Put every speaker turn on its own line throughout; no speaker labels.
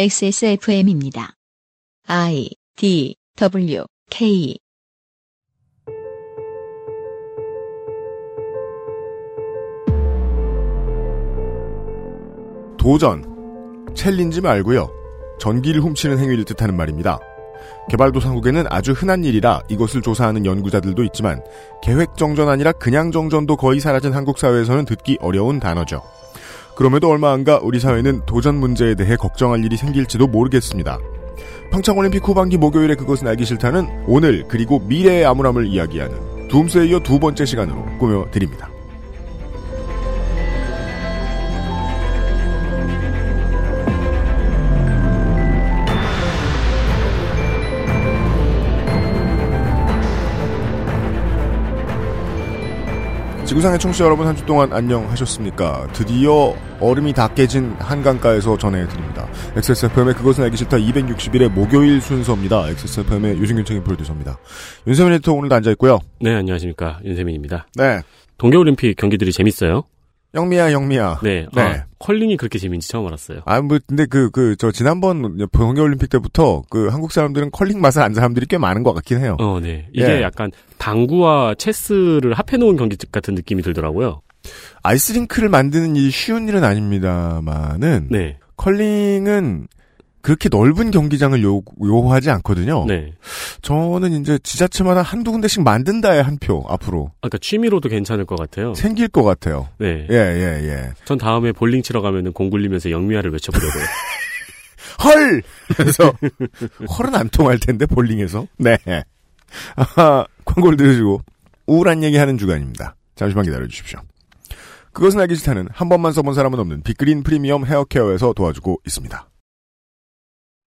XSFM입니다. I D W K
도전, 챌린지 말고요. 전기를 훔치는 행위를 뜻하는 말입니다. 개발도상국에는 아주 흔한 일이라 이것을 조사하는 연구자들도 있지만 계획 정전 아니라 그냥 정전도 거의 사라진 한국 사회에서는 듣기 어려운 단어죠. 그럼에도 얼마 안가 우리 사회는 도전 문제에 대해 걱정할 일이 생길지도 모르겠습니다. 평창올림픽 후반기 목요일에 그것은 알기 싫다는 오늘 그리고 미래의 암울함을 이야기하는 둠스에 이어 두 번째 시간으로 꾸며드립니다. 지구상의 청취자 여러분 한 주 동안 안녕하셨습니까? 드디어 얼음이 다 깨진 한강가에서 전해드립니다. XSFM의 그것은 알기 싫다 261의 목요일 순서입니다. XSFM의 유승균 책임 프로듀서입니다. 윤세민 에디터 오늘도 앉아있고요.
네, 안녕하십니까. 윤세민입니다.
네.
동계올림픽 경기들이 재밌어요.
영미야, 영미야.
네.
네.
아, 컬링이 그렇게 재밌는지 처음 알았어요.
아, 뭐, 근데 그, 그, 저, 지난번 동계올림픽 때부터 그 한국 사람들은 컬링 맛을 안 사람들이 꽤 많은 것 같긴 해요.
어, 네. 이게
예.
약간 당구와 체스를 합해놓은 경기 같은 느낌이 들더라고요.
아이스링크를 만드는 일이 쉬운 일은 아닙니다만은
네.
컬링은 그렇게 넓은 경기장을 요, 요하지 않거든요.
네.
저는 이제 지자체마다 한두 군데씩 만든다에 한 표 앞으로
아까 취미로도 괜찮을 것 같아요.
생길 것 같아요.
네.
예, 예, 예.
전 다음에 볼링 치러 가면은 공 굴리면서 영미화를 외쳐보려고요.
헐! 그래서 헐은 안 통할 텐데 볼링에서. 네. 아, 광고를 들으시고 우울한 얘기하는 주간입니다. 잠시만 기다려 주십시오. 그것은 알기 싫다는 한 번만 써본 사람은 없는 빅그린 프리미엄 헤어케어에서 도와주고 있습니다.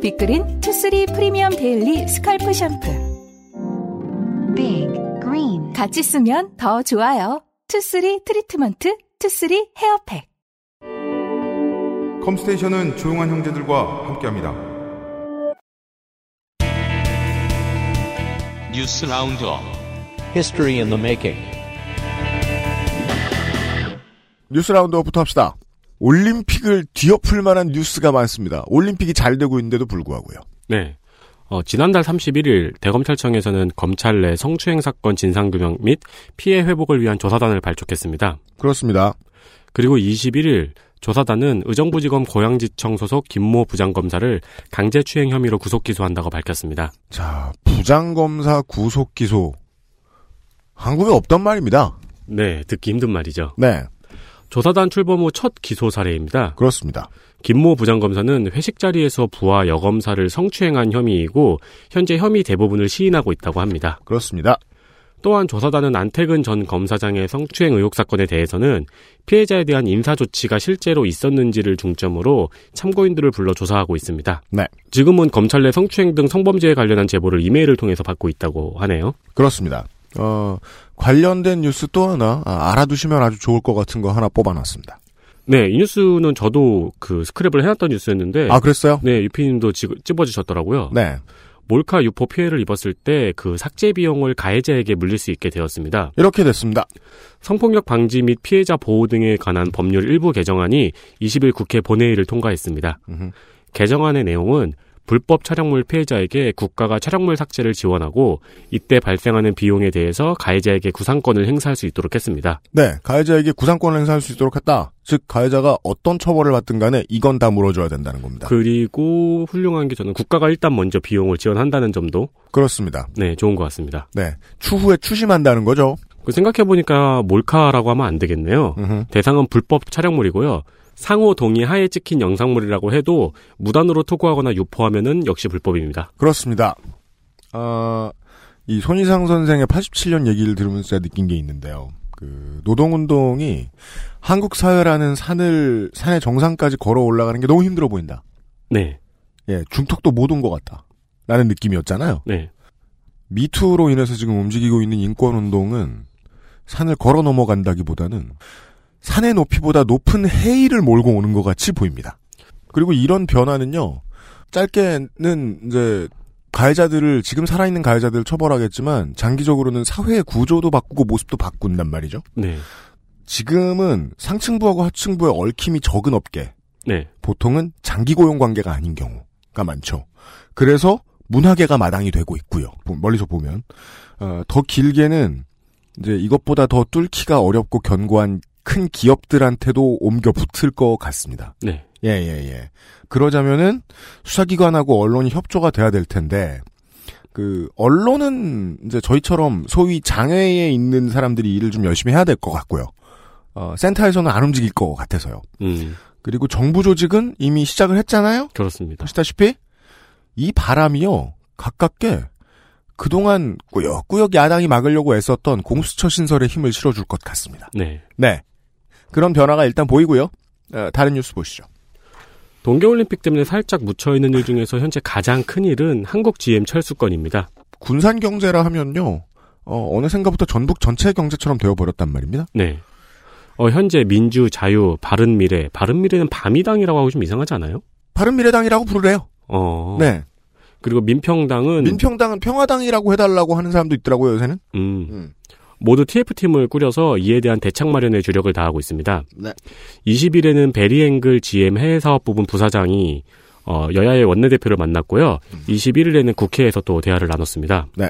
빅그린 투쓰리 프리미엄 데일리 스칼프 샴푸
Big green.
같이 쓰면 더 좋아요. 투쓰리 트리트먼트, 투쓰리 헤어팩.
컴스테이션은 조용한 형제들과 함께합니다.
뉴스 라운드업
History in the making.
뉴스 라운드부터 합시다. 올림픽을 뒤엎을 만한 뉴스가 많습니다. 올림픽이 잘 되고 있는데도 불구하고요.
네. 어, 지난달 31일 대검찰청에서는 검찰 내 성추행 사건 진상규명 및 피해 회복을 위한 조사단을 발족했습니다.
그렇습니다.
그리고 21일 조사단은 의정부지검 고양지청 소속 김모 부장검사를 강제추행 혐의로 구속 기소한다고 밝혔습니다.
자, 부장검사 구속 기소. 한국에 없단 말입니다.
네, 듣기 힘든 말이죠.
네,
조사단 출범 후 첫 기소 사례입니다.
그렇습니다.
김모 부장검사는 회식 자리에서 부하 여검사를 성추행한 혐의이고 현재 혐의 대부분을 시인하고 있다고 합니다.
그렇습니다.
또한 조사단은 안태근 전 검사장의 성추행 의혹 사건에 대해서는 피해자에 대한 인사 조치가 실제로 있었는지를 중점으로 참고인들을 불러 조사하고 있습니다.
네.
지금은 검찰 내 성추행 등 성범죄에 관련한 제보를 이메일을 통해서 받고 있다고 하네요.
그렇습니다. 어, 관련된 뉴스 또 하나, 아, 알아두시면 아주 좋을 것 같은 거 하나 뽑아놨습니다.
네, 이 뉴스는 저도 그 스크랩을 해놨던 뉴스였는데
아, 그랬어요?
네, 유피님도 지- 찝어주셨더라고요.
네.
몰카 유포 피해를 입었을 때 그 삭제 비용을 가해자에게 물릴 수 있게 되었습니다.
이렇게 됐습니다.
성폭력 방지 및 피해자 보호 등에 관한 법률 일부 개정안이 20일 국회 본회의를 통과했습니다.
음흠.
개정안의 내용은 불법 촬영물 피해자에게 국가가 촬영물 삭제를 지원하고 이때 발생하는 비용에 대해서 가해자에게 구상권을 행사할 수 있도록 했습니다.
네, 가해자에게 구상권을 행사할 수 있도록 했다. 즉, 가해자가 어떤 처벌을 받든 간에 이건 다 물어줘야 된다는 겁니다.
그- 그리고 훌륭한 게 저는 국가가 일단 먼저 비용을 지원한다는 점도
그, 렇습니다
네 좋은 것 같습니다.
네. 추후에 추심한다는 거죠.
그 생각해 보니까 몰카라고 하면 안 되겠네요.
음흠.
대상은 불법 촬영물이고요. 상호 동의 하에 찍힌 영상물이라고 해도 무단으로 토고하거나 유포하면은 역시 불법입니다.
그렇습니다. 아, 이 손희상 선생의 87년 얘기를 들으면서 제가 느낀 게 있는데요. 그 노동운동이 한국 사회라는 산을 산의 정상까지 걸어 올라가는 게 너무 힘들어 보인다.
네.
예, 중턱도 못 온 것 같다. 라는 느낌이었잖아요.
네.
미투로 인해서 지금 움직이고 있는 인권운동은 산을 걸어 넘어간다기보다는 산의 높이보다 높은 해이를 몰고 오는 것 같이 보입니다. 그리고 이런 변화는요, 짧게는 이제 가해자들을, 지금 살아있는 가해자들을 처벌하겠지만, 장기적으로는 사회의 구조도 바꾸고 모습도 바꾼단 말이죠.
네.
지금은 상층부하고 하층부의 얽힘이 적은 업계,
네.
보통은 장기 고용 관계가 아닌 경우가 많죠. 그래서 문화계가 마당이 되고 있고요. 보- 멀리서 보면 어, 더 길게는 이제 이것보다 더 뚫기가 어렵고 견고한 큰 기업들한테도 옮겨 붙을 것 같습니다.
네.
예, 예, 예. 그러자면은 수사기관하고 언론이 협조가 돼야 될 텐데, 그, 언론은 이제 저희처럼 소위 장애에 있는 사람들이 일을 좀 열심히 해야 될 것 같고요. 어, 센터에서는 안 움직일 것 같아서요.
음.
그리고 정부 조직은 이미 시작을 했잖아요.
그렇습니다.
보시다시피 이 바람이요 가깝게 그동안 꾸역꾸역 야당이 막으려고 애썼던 공수처 신설에 힘을 실어줄 것 같습니다.
네.
네, 그런 변화가 일단 보이고요. 어, 다른 뉴스 보시죠.
동계올림픽 때문에 살짝 묻혀있는 일 중에서 현재 가장 큰 일은 한국 GM 철수건입니다.
군산 경제라 하면요. 어, 어느 생각부터 전북 전체 경제처럼 되어버렸단 말입니다.
네. 어, 현재 민주, 자유, 바른미래. 바른미래는 바미당이라고 하고 좀 이상하지 않아요?
바른미래당이라고 부르래요.
어.
네.
그리고
음.
민평당은.
민평당은 평화당이라고 해달라고 하는 사람도 있더라고요, 요새는.
음,
음.
모두 TF팀을 꾸려서 이에 대한 대책 마련에 주력을 다하고 있습니다.
네.
20일에는 베리앵글 GM 해외사업 부분 부사장이 어, 여야의 원내대표를 만났고요. 21일에는 국회에서 또 대화를 나눴습니다.
음. 네.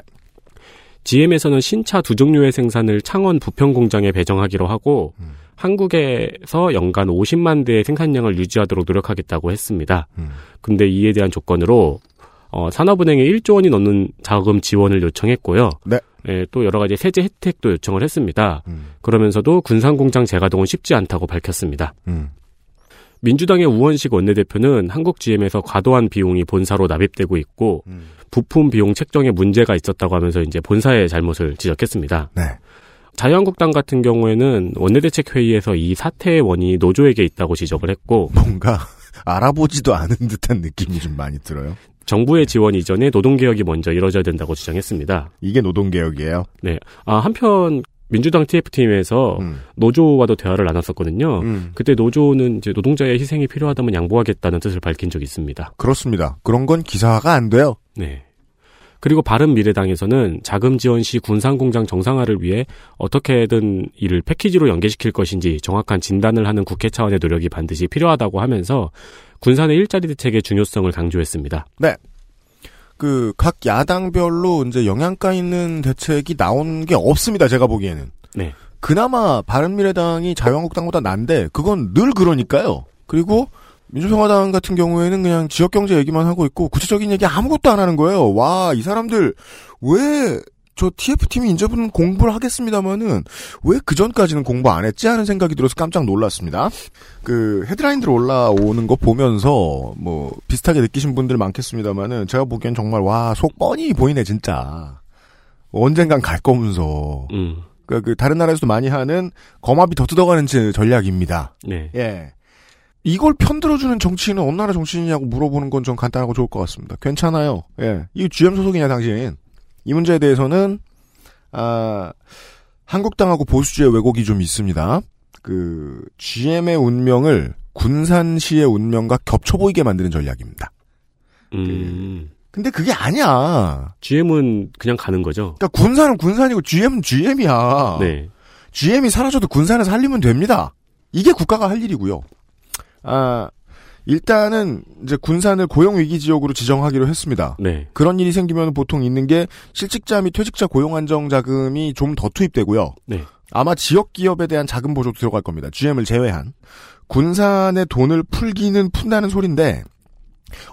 GM에서는 신차 두 종류의 생산을 창원 부평 공장에 배정하기로 하고
음.
한국에서 연간 50만 대의 생산량을 유지하도록 노력하겠다고 했습니다.
음.
근데 이에 대한 조건으로 어, 산업은행에 1조 원이 넘는 자금 지원을 요청했고요.
네.
예, 또 여러 가지 세제 혜택도 요청을 했습니다.
음.
그러면서도 군산공장 재가동은 쉽지 않다고 밝혔습니다.
음.
민주당의 우원식 원내대표는 한국 GM에서 과도한 비용이 본사로 납입되고 있고
음.
부품 비용 책정에 문제가 있었다고 하면서 이제 본사의 잘못을 지적했습니다.
네.
자유한국당 같은 경우에는 원내대책회의에서 이 사태의 원인이 노조에게 있다고 지적을 했고
뭔가 알아보지도 않은 듯한 느낌이 좀 많이 들어요.
정부의 지원 이전에 노동개혁이 먼저 이뤄져야 된다고 주장했습니다.
이게 노동개혁이에요.
네. 아, 한편 민주당 TF팀에서
음.
노조와도 대화를 나눴었거든요.
음.
그때 노조는 이제 노동자의 희생이 필요하다면 양보하겠다는 뜻을 밝힌 적이 있습니다.
그렇습니다. 그런 건 기사화가 안 돼요.
네. 그리고 바른미래당에서는 자금 지원 시 군산공장 정상화를 위해 어떻게든 이를 패키지로 연계시킬 것인지 정확한 진단을 하는 국회 차원의 노력이 반드시 필요하다고 하면서 군산의 일자리 대책의 중요성을 강조했습니다.
그 각 야당별로 이제 영향가 있는 대책이 나온 게 없습니다. 제가 보기에는.
네.
그나마 바른미래당이 자유한국당보다 난데 그건 늘 그러니까요. 그리고 민주평화당 같은 경우에는 그냥 지역 경제 얘기만 하고 있고 구체적인 얘기 아무것도 안 하는 거예요. 와 이 사람들 왜 저 TF팀이 이제부터는 공부를 하겠습니다마는 왜 그전까지는 공부 안 했지 하는 생각이 들어서 깜짝 놀랐습니다. 그 헤드라인들 올라오는 거 보면서 뭐 비슷하게 느끼신 분들 많겠습니다마는 제가 보기엔 정말 와 속 뻔히 보이네 진짜. 언젠간 갈 거면서
음.
그, 그 다른 나라에서도 많이 하는 거마비 더 뜯어가는 제- 전략입니다.
네.
예. 이걸 편들어주는 정치인은 어느 나라 정치인이냐고 물어보는 건 좀 간단하고 좋을 것 같습니다. 괜찮아요. 예. 이 GM 소속이냐, 당신. 이 문제에 대해서는, 아, 한국당하고 보수주의 왜곡이 좀 있습니다. 그, GM의 운명을 군산시의 운명과 겹쳐 보이게 만드는 전략입니다.
음.
근데 그게 아니야.
GM은 그냥 가는 거죠.
그러니까 군산은 군산이고 GM은 GM이야.
네.
GM이 사라져도 군산을 살리면 됩니다. 이게 국가가 할 일이고요. 아, 일단은 이제 군산을 고용 위기 지역으로 지정하기로 했습니다.
네.
그런 일이 생기면 보통 있는 게 실직자 및 퇴직자 고용 안정 자금이 좀 더 투입되고요.
네.
아마 지역 기업에 대한 자금 보조도 들어갈 겁니다. GM을 제외한 군산의 돈을 풀기는 푼다는 소린데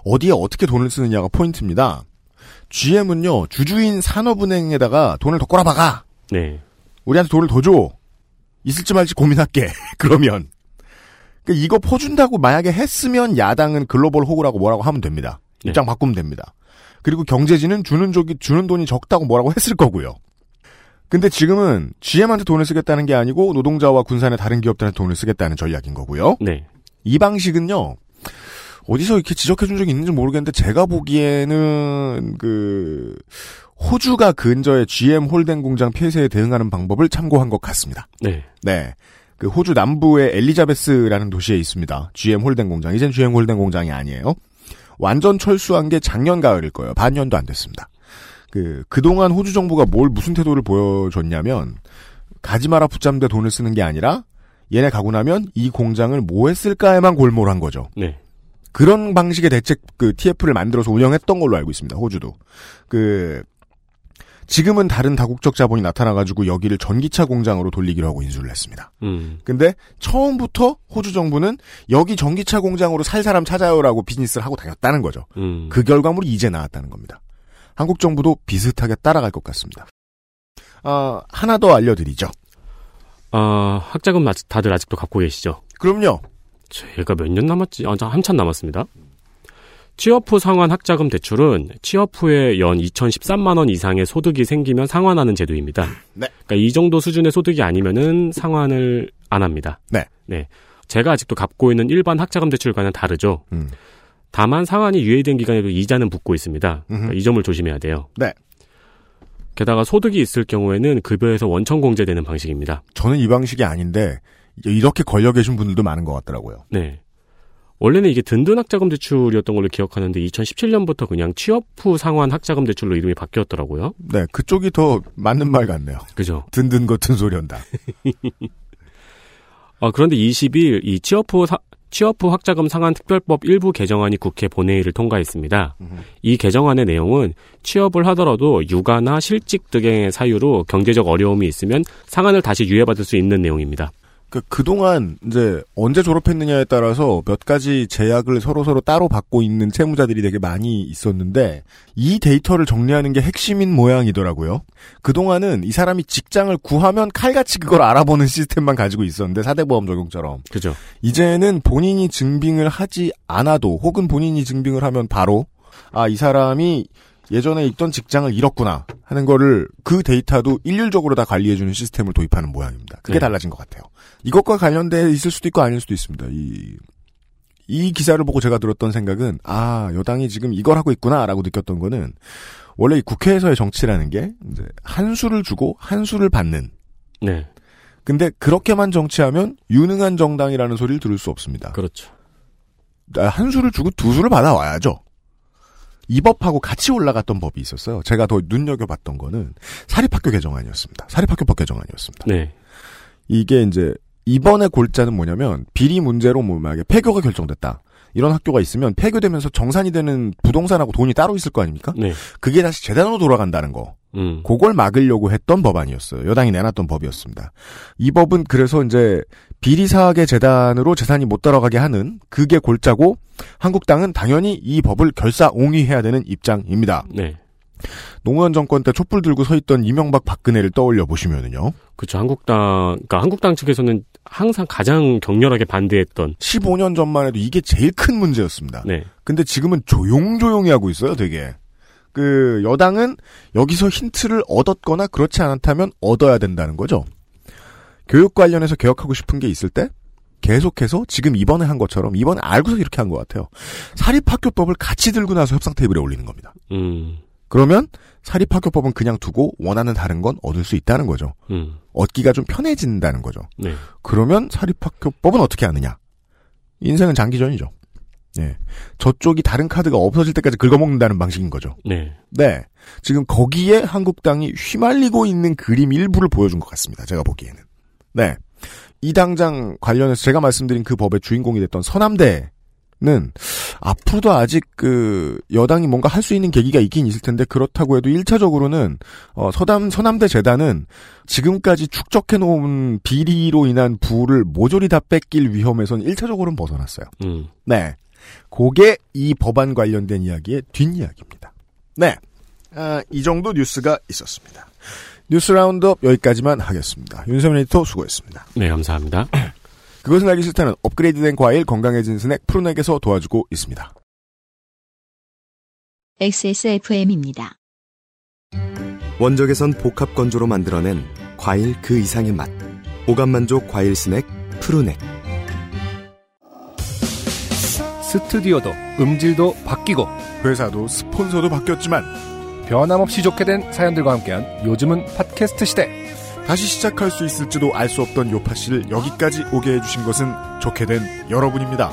어디에 어떻게 돈을 쓰느냐가 포인트입니다. GM은요 주주인 산업은행에다가 돈을 더 꼬라박아
네.
우리한테 돈을 더 줘. 있을지 말지 고민할게. 그러면. 그러니까 이거 퍼준다고 만약에 했으면 야당은 글로벌 호구라고 뭐라고 하면 됩니다.
네.
입장 바꾸면 됩니다. 그리고 경제진은 주는 쪽이, 주는 돈이 적다고 뭐라고 했을 거고요. 근데 지금은 GM한테 돈을 쓰겠다는 게 아니고 노동자와 군산의 다른 기업들한테 돈을 쓰겠다는 전략인 거고요.
네.
이 방식은요, 어디서 이렇게 지적해 준 적이 있는지 모르겠는데 제가 보기에는 그 호주가 근저의 GM 홀덴 공장 폐쇄에 대응하는 방법을 참고한 것 같습니다.
네.
네. 그 호주 남부의 엘리자베스라는 도시에 있습니다. GM 홀덴 공장. 이젠 GM 홀덴 공장이 아니에요. 완전 철수한 게 작년 가을일 거예요. 반년도 안 됐습니다. 그, 그동안 호주 정부가 뭘 무슨 태도를 보여줬냐면, 가지 마라 붙잡는데 돈을 쓰는 게 아니라, 얘네 가고 나면 이 공장을 뭐 했을까에만 골몰한 거죠.
네.
그런 방식의 대책 그 TF를 만들어서 운영했던 걸로 알고 있습니다. 호주도 그 지금은 다른 다국적 자본이 나타나가지고 여기를 전기차 공장으로 돌리기로 하고 인수를 했습니다.
음.
근데 처음부터 호주 정부는 여기 전기차 공장으로 살 사람 찾아요라고 비즈니스를 하고 다녔다는 거죠.
음.
그 결과물이 이제 나왔다는 겁니다. 한국 정부도 비슷하게 따라갈 것 같습니다. 아, 하나 더 알려드리죠.
아, 학자금 아직- 다들 아직도 갖고 계시죠?
그럼요.
제가 몇 년 남았지? 아, 저 한참 남았습니다. 취업 후 상환 학자금 대출은 취업 후에 연 2,013만 원 이상의 소득이 생기면 상환하는 제도입니다.
네.
그러니까 이 정도 수준의 소득이 아니면은 상환을 안 합니다.
네.
제가 아직도 갚고 있는 일반 학자금 대출과는 다르죠.
음.
다만 상환이 유예된 기간에도 이자는 붙고 있습니다. 그러니까
음흠.
이 점을 조심해야 돼요.
네.
게다가 소득이 있을 경우에는 급여에서 원천 공제되는 방식입니다.
저는 이 방식이 아닌데 이렇게 걸려 계신 분들도 많은 것 같더라고요.
네. 원래는 이게 든든 학자금 대출이었던 걸로 기억하는데 2017년부터 그냥 취업 후 상환 학자금 대출로 이름이 바뀌었더라고요.
네, 그쪽이 더 맞는 말 같네요.
그죠?
든든 같은 소리 한다.
아, 그런데 20일 이 취업 후 사- 취업 후 학자금 상환 특별법 일부 개정안이 국회 본회의를 통과했습니다. 이 개정안의 내용은 취업을 하더라도 육아나 실직 등의 사유로 경제적 어려움이 있으면 상환을 다시 유예받을 수 있는 내용입니다.
그, 그동안 이제 언제 졸업했느냐에 따라서 몇 가지 제약을 서로서로 따로 받고 있는 채무자들이 되게 많이 있었는데 이 데이터를 정리하는 게 핵심인 모양이더라고요. 그동안은 이 사람이 직장을 구하면 칼같이 그걸 알아보는 시스템만 가지고 있었는데 사대보험 적용처럼
그죠?
이제는 본인이 증빙을 하지 않아도 혹은 본인이 증빙을 하면 바로 아 이 사람이 예전에 있던 직장을 잃었구나 하는 거를 그 데이터도 일률적으로 다 관리해주는 시스템을 도입하는 모양입니다. 그게
네.
달라진 것 같아요. 이것과 관련돼 있을 수도 있고 아닐 수도 있습니다. 이, 이 기사를 보고 제가 들었던 생각은 아 여당이 지금 이걸 하고 있구나라고 느꼈던 거는 원래 이 국회에서의 정치라는 게 이제 한 수를 주고 한 수를 받는
네.
근데 그렇게만 정치하면 유능한 정당이라는 소리를 들을 수 없습니다.
그렇죠.
아, 한 수를 주고 두 수를 받아와야죠. 이 법하고 같이 올라갔던 법이 있었어요. 제가 더 눈여겨봤던 거는 사립학교 개정안이었습니다. 사립학교법 개정안이었습니다.
네.
이게 이제 이번에 골자는 뭐냐면 비리 문제로 뭐 만약에 폐교가 결정됐다. 이런 학교가 있으면 폐교되면서 정산이 되는 부동산하고 돈이 따로 있을 거 아닙니까?
네.
그게 다시 재단으로 돌아간다는 거.
음.
그걸 막으려고 했던 법안이었어요. 여당이 내놨던 법이었습니다. 이 법은 그래서 이제 비리사학의 재단으로 재산이 못 따라가게 하는 그게 골자고 한국당은 당연히 이 법을 결사옹위해야 되는 입장입니다.
네.
노무현 정권 때 촛불 들고 서 있던 이명박 박근혜를 떠올려 보시면은요.
그렇죠. 한국당 그러니까 한국당 측에서는 항상 가장 격렬하게 반대했던
15년 전만 해도 이게 제일 큰 문제였습니다.
네.
근데 지금은 조용조용히 하고 있어요, 되게. 그 여당은 여기서 힌트를 얻었거나 그렇지 않다면 얻어야 된다는 거죠. 교육 관련해서 개혁하고 싶은 게 있을 때 계속해서 지금 이번에 한 것처럼 이번에 알고서 이렇게 한 것 같아요. 사립학교법을 같이 들고 나서 협상 테이블에 올리는 겁니다.
음.
그러면 사립학교법은 그냥 두고 원하는 다른 건 얻을 수 있다는 거죠.
음.
얻기가 좀 편해진다는 거죠.
네.
그러면 사립학교법은 어떻게 하느냐? 인생은 장기전이죠. 예. 저쪽이 다른 카드가 없어질 때까지 긁어먹는다는 방식인 거죠.
네.
네. 지금 거기에 한국당이 휘말리고 있는 그림 일부를 보여준 것 같습니다. 제가 보기에는. 네. 이 당장 관련해서 제가 말씀드린 그 법의 주인공이 됐던 서남대는 앞으로도 아직 그 여당이 뭔가 할 수 있는 계기가 있긴 있을 텐데 그렇다고 해도 1차적으로는 어 서남 서남대 재단은 지금까지 축적해 놓은 비리로 인한 부를 모조리 다 뺏길 위험에선 1차적으로는 벗어났어요.
음.
네. 그게 이 법안 관련된 이야기의 뒷이야기입니다. 네. 아, 이 정도 뉴스가 있었습니다. 뉴스 라운드업 여기까지만 하겠습니다. 윤세민 에디터 수고했습니다.
네, 감사합니다.
그것은 알기 싫다는 업그레이드된 과일 건강해진 스낵 푸른액에서 도와주고 있습니다.
XSFM입니다.
원적에선 복합 건조로 만들어낸 과일 그 이상의 맛. 오감 만족 과일 스낵 푸르넥.
스튜디오도 음질도 바뀌고
회사도 스폰서도 바뀌었지만
변함없이 좋게 된 사연들과 함께한 요즘은 팟캐스트 시대.
다시 시작할 수 있을지도 알 수 없던 요파 씨를 여기까지 오게 해주신 것은 좋게 된 여러분입니다.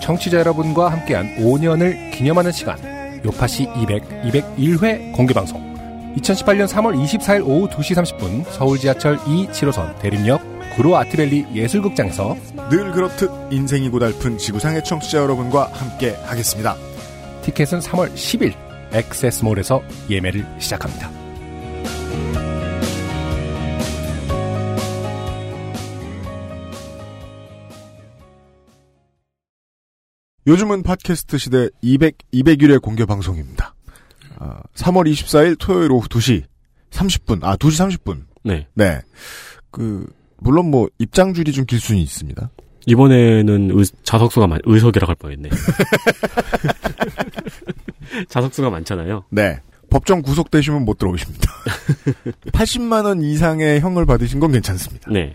청취자 여러분과 함께한 5년을 기념하는 시간. 요파시 200, 201회 공개방송. 2018년 3월 24일 오후 2시 30분 서울 지하철 2, 7호선 대림역 구로 아트밸리 예술극장에서
늘 그렇듯 인생이 고달픈 지구상의 청취자 여러분과 함께 하겠습니다.
티켓은 3월 10일 엑세스몰에서 예매를 시작합니다.
요즘은 팟캐스트 시대 200, 201회 공개 방송입니다. 아, 3월 24일 토요일 오후 2시 30분, 아, 2시 30분.
네.
네. 그, 물론 뭐, 입장줄이 좀 길 수는 있습니다.
이번에는 의, 자석수가 많, 의석이라고 할 뻔했네. 자석수가 많잖아요.
네. 법정 구속되시면 못 들어오십니다. 80만원 이상의 형을 받으신 건 괜찮습니다.
네.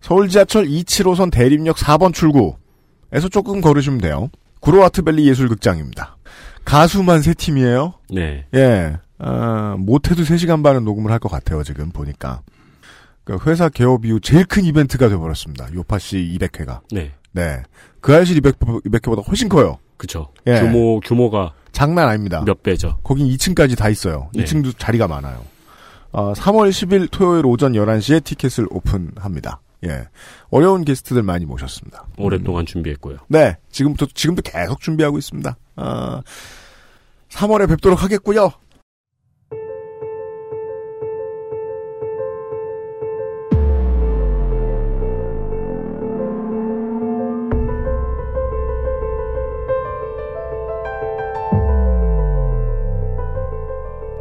서울 지하철 27호선 대림역 4번 출구에서 조금 걸으시면 돼요. 구로 아트밸리 예술극장입니다. 가수만 세 팀이에요.
네.
예. 아, 못해도 3시간 반은 녹음을 할 것 같아요, 지금 보니까. 그러니까 회사 개업 이후 제일 큰 이벤트가 돼버렸습니다. 요파씨 200회가.
네.
네. 그 알실 200, 200회보다 훨씬 커요.
그쵸.
예.
규모, 규모가
장난 아닙니다.
몇 배죠.
거긴 2층까지 다 있어요.
네.
2층도 자리가 많아요. 아, 3월 10일 토요일 오전 11시에 티켓을 오픈합니다. 예. 어려운 게스트들 많이 모셨습니다.
오랫동안 준비했고요.
네. 지금부터, 지금도 계속 준비하고 있습니다. 아, 3월에 뵙도록 하겠고요.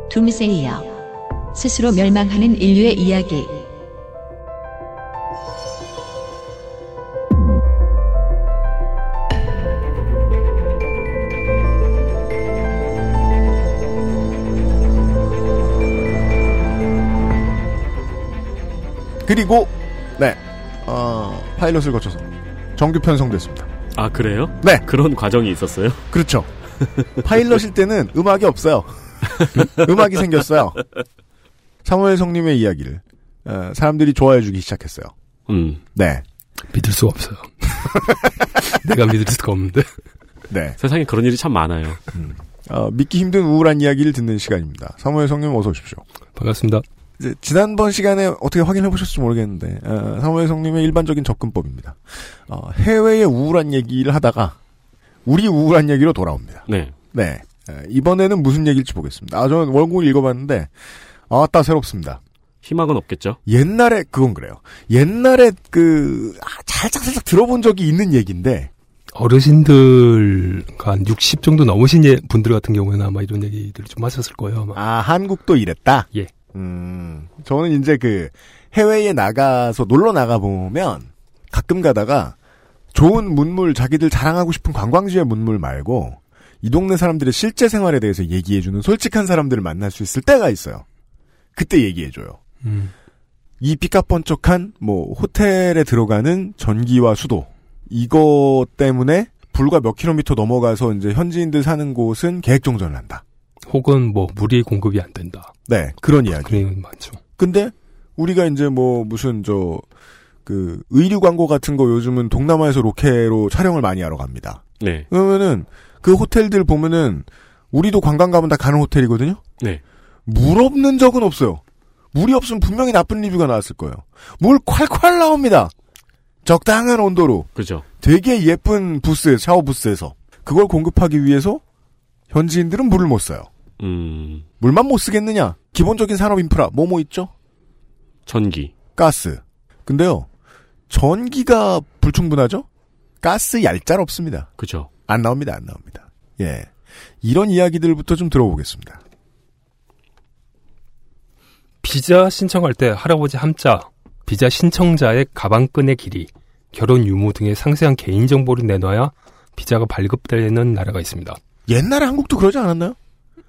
둠세이어. 스스로 멸망하는 인류의 이야기.
그리고 네 어, 파일럿을 거쳐서 정규 편성됐습니다.
아, 그래요?
네.
그런 과정이 있었어요?
그렇죠. 파일럿일 때는 음악이 없어요. 음악이 생겼어요. 사무엘 성님의 이야기를 어, 사람들이 좋아해주기 시작했어요.
음.
네,
믿을 수가 없어요. 내가 믿을 수가 없는데.
네
세상에 그런 일이 참 많아요.
어, 믿기 힘든 우울한 이야기를 듣는 시간입니다. 사무엘 성님 어서 오십시오.
반갑습니다.
이제 지난번 시간에 어떻게 확인해 보셨을지 모르겠는데 어, 사무엘 성님의 일반적인 접근법입니다. 어, 해외의 우울한 얘기를 하다가 우리 우울한 얘기로 돌아옵니다.
네.
네. 에, 이번에는 무슨 얘기일지 보겠습니다. 아, 저는 원고를 읽어봤는데, 아따, 새롭습니다.
희망은 없겠죠?
옛날에, 그건 그래요. 옛날에 그, 아, 살짝살짝 들어본 적이 있는 얘기인데,
어르신들, 한 60 정도 넘으신 예- 분들 같은 경우에는 아마 이런 얘기들을 좀 하셨을 거예요. 아마.
아, 한국도 이랬다?
예.
음, 저는 이제 그, 해외에 나가서 놀러 나가보면, 가끔 가다가, 좋은 문물, 자기들 자랑하고 싶은 관광지의 문물 말고, 이 동네 사람들의 실제 생활에 대해서 얘기해주는 솔직한 사람들을 만날 수 있을 때가 있어요. 그때 얘기해줘요.
음.
이 삐까뻔쩍한 뭐 호텔에 들어가는 전기와 수도 이거 때문에 불과 몇 킬로미터 넘어가서 이제 현지인들 사는 곳은 계획 정전을 한다.
혹은 뭐 물이 공급이 안 된다.
네 그런 이야기.
그런 얘기는 많죠.
근데 우리가 이제 뭐 무슨 저 그 의류 광고 같은 거 요즘은 동남아에서 로케로 촬영을 많이 하러 갑니다.
네.
그러면은 그 호텔들 보면은 우리도 관광 가면 다 가는 호텔이거든요.
네.
물 없는 적은 없어요. 물이 없으면 분명히 나쁜 리뷰가 나왔을 거예요. 물 콸콸 나옵니다. 적당한 온도로
그죠.
되게 예쁜 부스 샤워 부스에서 그걸 공급하기 위해서 현지인들은 물을 못 써요.
음.
물만 못 쓰겠느냐? 기본적인 산업 인프라 뭐뭐 있죠?
전기.
가스. 근데요 전기가 불충분하죠? 가스 얄짤 없습니다.
그죠.
안 나옵니다. 안 나옵니다. 예. 이런 이야기들부터 좀 들어보겠습니다.
비자 신청할 때 할아버지 함자, 비자 신청자의 가방끈의 길이, 결혼 유무 등의 상세한 개인정보를 내놔야 비자가 발급되는 나라가 있습니다.
옛날에 한국도 그러지 않았나요?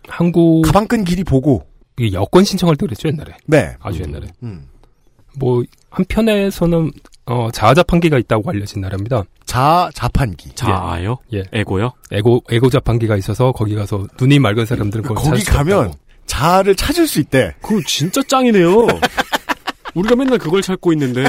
한국
가방끈 길이 보고.
여권 신청할 때 그랬죠, 옛날에.
네.
아주 옛날에.
음.
뭐 한편에서는 어, 자아자판기가 있다고 알려진 나라입니다.
자, 자판기.
자아요?
예.
에고요?
에고 에고 자판기가 있어서 거기 가서 눈이 맑은 사람들은 그걸
거기
찾을 수가
가면
없다고.
자아를 찾을 수 있대.
그거 진짜 짱이네요. 우리가 맨날 그걸 찾고 있는데.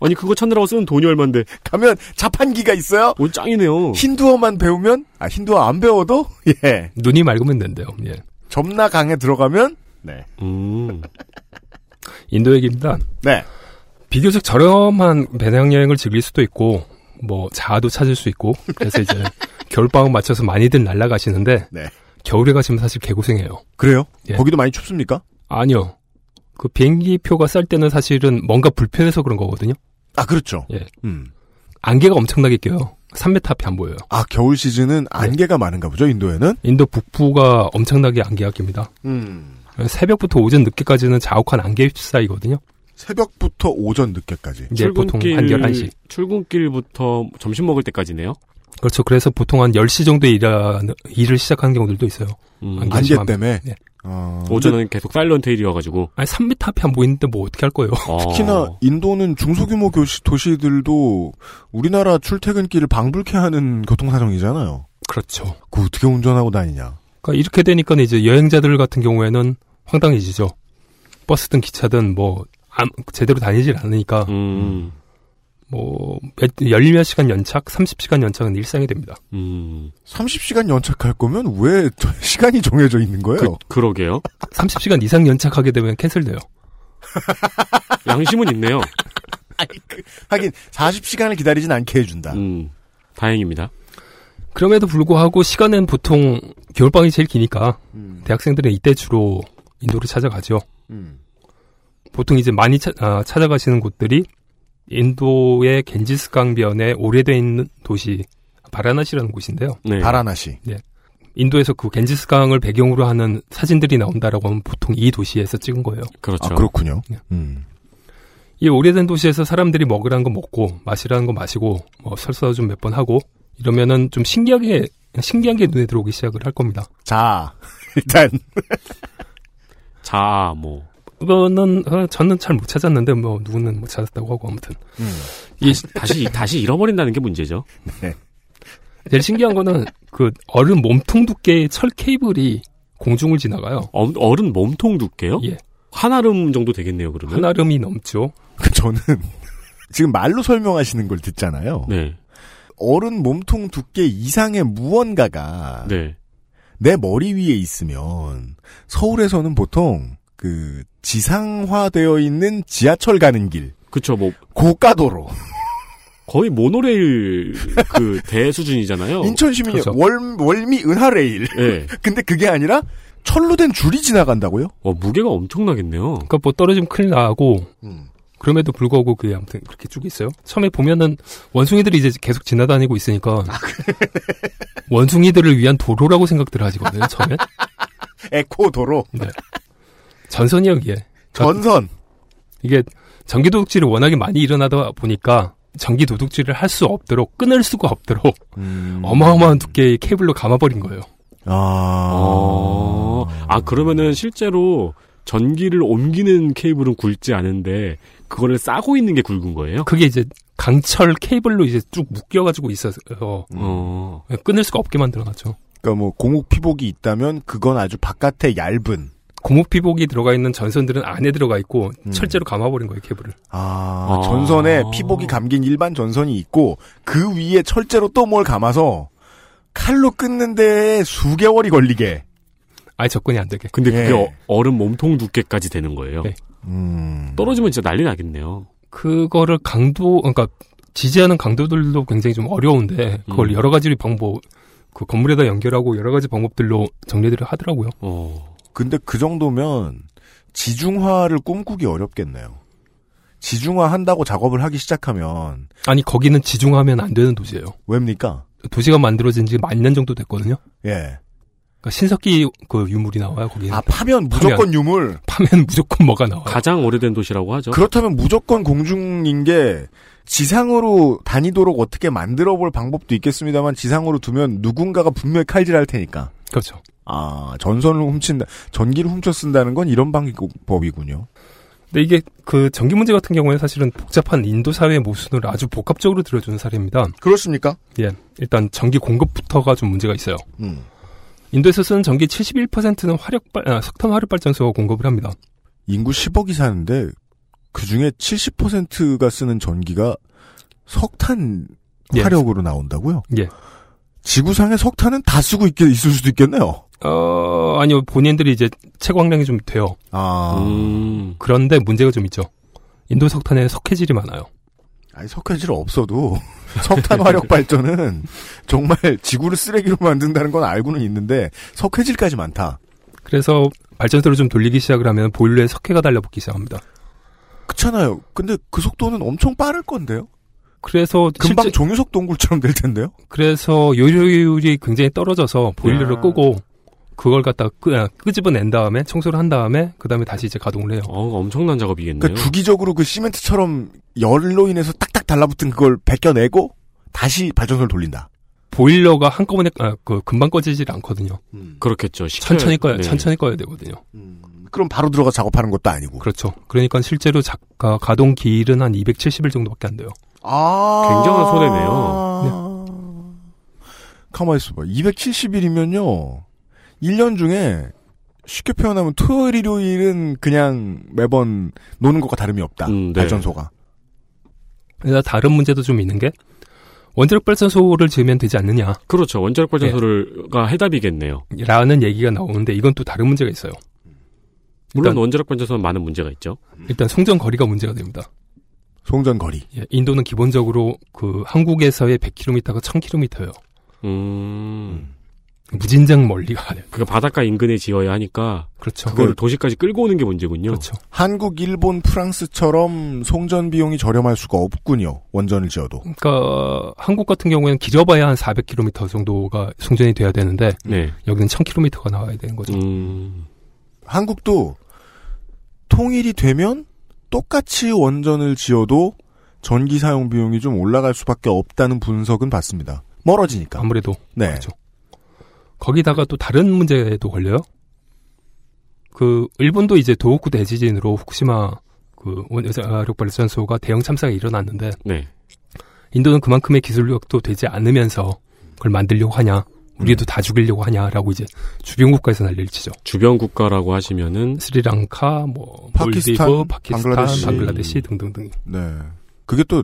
아니, 그거 찾느라고 쓰는 돈이 얼만데.
가면 자판기가 있어요.
오, 짱이네요.
힌두어만 배우면 아 힌두어 안 배워도 예
눈이 맑으면 된대요. 예.
점나 강에 들어가면 네
음.
인도 얘기입니다.
네.
비교적 저렴한 배낭여행을 즐길 수도 있고 뭐 자아도 찾을 수 있고 그래서 이제 겨울방학 맞춰서 많이들 날아가시는데
네.
겨울에 가시면 사실 개고생해요.
그래요?
예.
거기도 많이 춥습니까?
아니요. 그 비행기 표가 쌀 때는 사실은 뭔가 불편해서 그런 거거든요.
아 그렇죠.
예.
음.
안개가 엄청나게 껴요. 3m 앞이 안 보여요.
아 겨울 시즌은
예.
안개가 많은가 보죠 인도에는.
인도 북부가 엄청나게 안개가 깁니다.
음.
새벽부터 오전 늦게까지는 자욱한 안개 휩싸이거든요.
새벽부터 오전 늦게까지.
이제 보통 한 11시.
출근길부터 점심 먹을 때까지네요.
그렇죠. 그래서 보통 한 10시 정도에 일하는, 일을 시작하는 경우들도 있어요.
음.
안개
안개
심함.
때문에.
네.
어,
오전은 계속 사일런트 일이어가지고.
아니, 3m 앞이 안 보이는데 뭐 어떻게 할 거예요?
어.
아, 특히나 인도는 중소규모 교시, 도시들도 우리나라 출퇴근길을 방불케 하는 교통사정이잖아요.
그렇죠.
그 어떻게 운전하고 다니냐.
그러니까 이렇게 되니까 이제 여행자들 같은 경우에는 황당해지죠. 버스든 기차든 뭐, 암- 제대로 다니질 않으니까,
음.
뭐, 몇, 10몇 시간 연착, 30시간 연착은 일상이 됩니다.
음.
30시간 연착할 거면 왜 저- 시간이 정해져 있는 거예요?
그, 러게요
30시간 이상 연착하게 되면 캔슬돼요.
양심은 있네요.
하긴 40시간을 기다리진 않게 해준다.
음. 다행입니다.
그럼에도 불구하고 시간은 보통 겨울방이 제일 기니까, 대학생들은 이때 주로 인도를 찾아가죠.
음.
보통 이제 많이 찾- 아, 찾아가시는 곳들이 인도의 겐지스강변에 오래된 도시 바라나시라는 곳인데요.
네.
바라나시.
인도에서 그 겐지스강을 배경으로 하는 사진들이 나온다라고 하면 보통 이 도시에서 찍은 거예요.
그렇죠.
아 그렇군요.
네.
음.
이 오래된 도시에서 사람들이 먹으라는 거 먹고 마시라는 거 마시고 뭐 설사 좀 몇 번 하고 이러면은 좀 신기하게 신기한 게 눈에 들어오기 시작을 할 겁니다.
자 일단
자, 뭐.
그거는 어, 저는 잘 못 찾았는데 뭐 누구는 못 찾았다고 하고 아무튼 이
다시, 다시 잃어버린다는 게 문제죠.
제일 신기한 거는 그 얼음 몸통 두께의 철 케이블이 공중을 지나가요.
어, 어른 몸통 두께요?
예.
한 알음 정도 되겠네요, 그러면.
한 알음이 넘죠.
그 저는 지금 말로 설명하시는 걸 듣잖아요.
네.
어른 몸통 두께 이상의 무언가가
네.
내 머리 위에 있으면 서울에서는 보통 그 지상화되어 있는 지하철 가는 길
그쵸, 뭐,
고가도로
거의 모노레일 그 대수준이잖아요.
인천 시민이
그렇죠.
월, 월미 은하레일
예.
근데 그게 아니라 철로 된 줄이 지나간다고요?
와, 어, 무게가 엄청나겠네요.
그러니까 뭐 떨어지면 큰일 나고
음.
그럼에도 불구하고 그게 아무튼 그렇게 쭉 있어요. 처음에 보면은 원숭이들이 이제 계속 지나다니고 있으니까 원숭이들을 위한 도로라고 생각들 하시거든요. 처음에
에코도로
전선이 여기에
전선
이게 전기 도둑질이 워낙에 많이 일어나다 보니까 전기 도둑질을 할 수 없도록 끊을 수가 없도록 어마어마한 두께의 케이블로 감아버린 거예요.
아,
어. 아, 그러면은 실제로 전기를 옮기는 케이블은 굵지 않은데, 그거를 싸고 있는 게 굵은 거예요?
그게 이제 강철 케이블로 이제 쭉 묶여가지고 있어서
음.
어.
끊을 수가 없게 만들어놨죠.
그러니까 뭐 공욱 피복이 있다면 그건 아주 바깥에 얇은
고무 피복이 들어가 있는 전선들은 안에 들어가 있고
음.
철제로 감아버린 거예요 케이블을.
아,
아.
전선에 피복이 감긴 일반 전선이 있고 그 위에 철제로 또 뭘 감아서 칼로 끊는데 수개월이 걸리게.
아예 접근이 안 되게.
근데
예.
그게 어- 얼음 몸통 두께까지 되는 거예요.
네.
음.
떨어지면 진짜 난리 나겠네요.
그거를 강도, 그러니까 지지하는 강도들도 굉장히 좀 어려운데 그걸
음.
여러 가지 방법, 그 건물에다 연결하고 여러 가지 방법들로 정리들을 하더라고요.
어.
근데 그 정도면 지중화를 꿈꾸기 어렵겠네요. 지중화 한다고 작업을 하기 시작하면
아니 거기는 지중하면 안 되는 도시예요.
왜입니까?
도시가 만들어진 지 만 년 정도 됐거든요.
예.
그러니까 신석기 그 유물이 나와요 거기는.
아, 파면 무조건 유물.
파면 무조건 뭐가 나와요.
아.
가장 오래된 도시라고 하죠.
그렇다면 무조건 공중인 게 지상으로 다니도록 어떻게 만들어 볼 방법도 있겠습니다만 지상으로 두면 누군가가 분명히 칼질할 테니까.
그렇죠.
아, 전선을 훔친다, 전기를 훔쳐 쓴다는 건 이런 방법이군요.
근데 이게 그 전기 문제 같은 경우에 사실은 복잡한 인도 사회의 모순을 아주 복합적으로 들여주는 사례입니다.
그렇습니까?
예. 일단 전기 공급부터가 좀 문제가 있어요.
음.
인도에서 쓰는 전기 71%는 화력 발, 아, 석탄 화력 발전소가 공급을 합니다.
인구 10억이 사는데 그 중에 70%가 쓰는 전기가 석탄
예.
화력으로 나온다고요?
예.
지구상에 석탄은 다 쓰고 있, 있을 수도 있겠네요.
어, 아니요. 본인들이 이제 채광량이 좀 돼요.
아,
음.
그런데 문제가 좀 있죠. 인도 석탄에 석회질이 많아요.
아니 석회질 없어도 석탄 화력 발전은 정말 지구를 쓰레기로 만든다는 건 알고는 있는데 석회질까지 많다.
그래서 발전소를 좀 돌리기 시작을 하면 보일러에 석회가 달라붙기 시작합니다.
그렇잖아요. 근데 그 속도는 엄청 빠를 건데요.
그래서
금방
실제-
종유석 동굴처럼 될 텐데요.
그래서 요료율이 굉장히 떨어져서 보일러를 끄고 그걸 갖다 끄, 아, 끄집어낸 다음에 청소를 한 다음에 그 다음에 다시 이제 가동을 해요.
어, 엄청난 작업이겠네요.
그러니까 주기적으로 그 시멘트처럼 열로 인해서 딱딱 달라붙은 그걸 벗겨내고 다시 발전소를 돌린다.
보일러가 한꺼번에 아, 그 금방 꺼지질 않거든요.
렇겠죠 네.
천천히 꺼야
네.
천천히 꺼야 되거든요.
그럼 바로 들어가 작업하는 것도 아니고.
그렇죠. 그러니까 실제로 작, 가, 가동 기일은 한 270일 정도밖에 안 돼요.
아.
굉장한
손해네요. 가만히 있어봐. 270일이면요. 1년 중에 쉽게 표현하면 토요일, 일요일은 그냥 매번 노는 것과 다름이 없다.
음, 네.
발전소가.
그래서 다른 문제도 좀 있는 게 원자력 발전소를 지으면 되지 않느냐라는
그렇죠. 원자력 발전소가 해답이겠네요.
얘기가 나오는데 이건 또 다른 문제가 있어요.
물론
일단-
원자력 발전소는 많은 문제가 있죠.
일단 송전 거리가 문제가 됩니다.
송전거리.
예, 인도는 기본적으로 그 한국에서의 100km가 1000km예요.
음.
무진장 멀리가 아니에요.
그게 바닷가 인근에 지어야 하니까
그렇죠.
그걸 도시까지 끌고 오는 게 문제군요.
그렇죠.
한국, 일본, 프랑스처럼 송전 비용이 저렴할 수가 없군요. 원전을 지어도.
그러니까 한국 같은 경우에는 길어봐야 한 400km 정도가 송전이 돼야 되는데
네.
여기는 1000km가 나와야 되는 거죠.
음.
한국도 통일이 되면 똑같이 원전을 지어도 전기 사용 비용이 좀 올라갈 수밖에 없다는 분석은 봤습니다. 멀어지니까.
아무래도
네.
그렇죠. 거기다가 또 다른 문제에도 걸려요. 그 일본도 이제 도호쿠 대지진으로 후쿠시마 그 원자력 발전소가 대형 참사가 일어났는데
네.
인도는 그만큼의 기술력도 되지 않으면서 그걸 만들려고 하냐,
음.
우리도 다 죽이려고 하냐라고 이제 주변 국가에서 난리를 치죠.
주변 국가라고 하시면은
스리랑카, 뭐
파키스탄,
몰디브, 파키스탄,
방글라데시.
방글라데시, 등등등.
네. 그게 또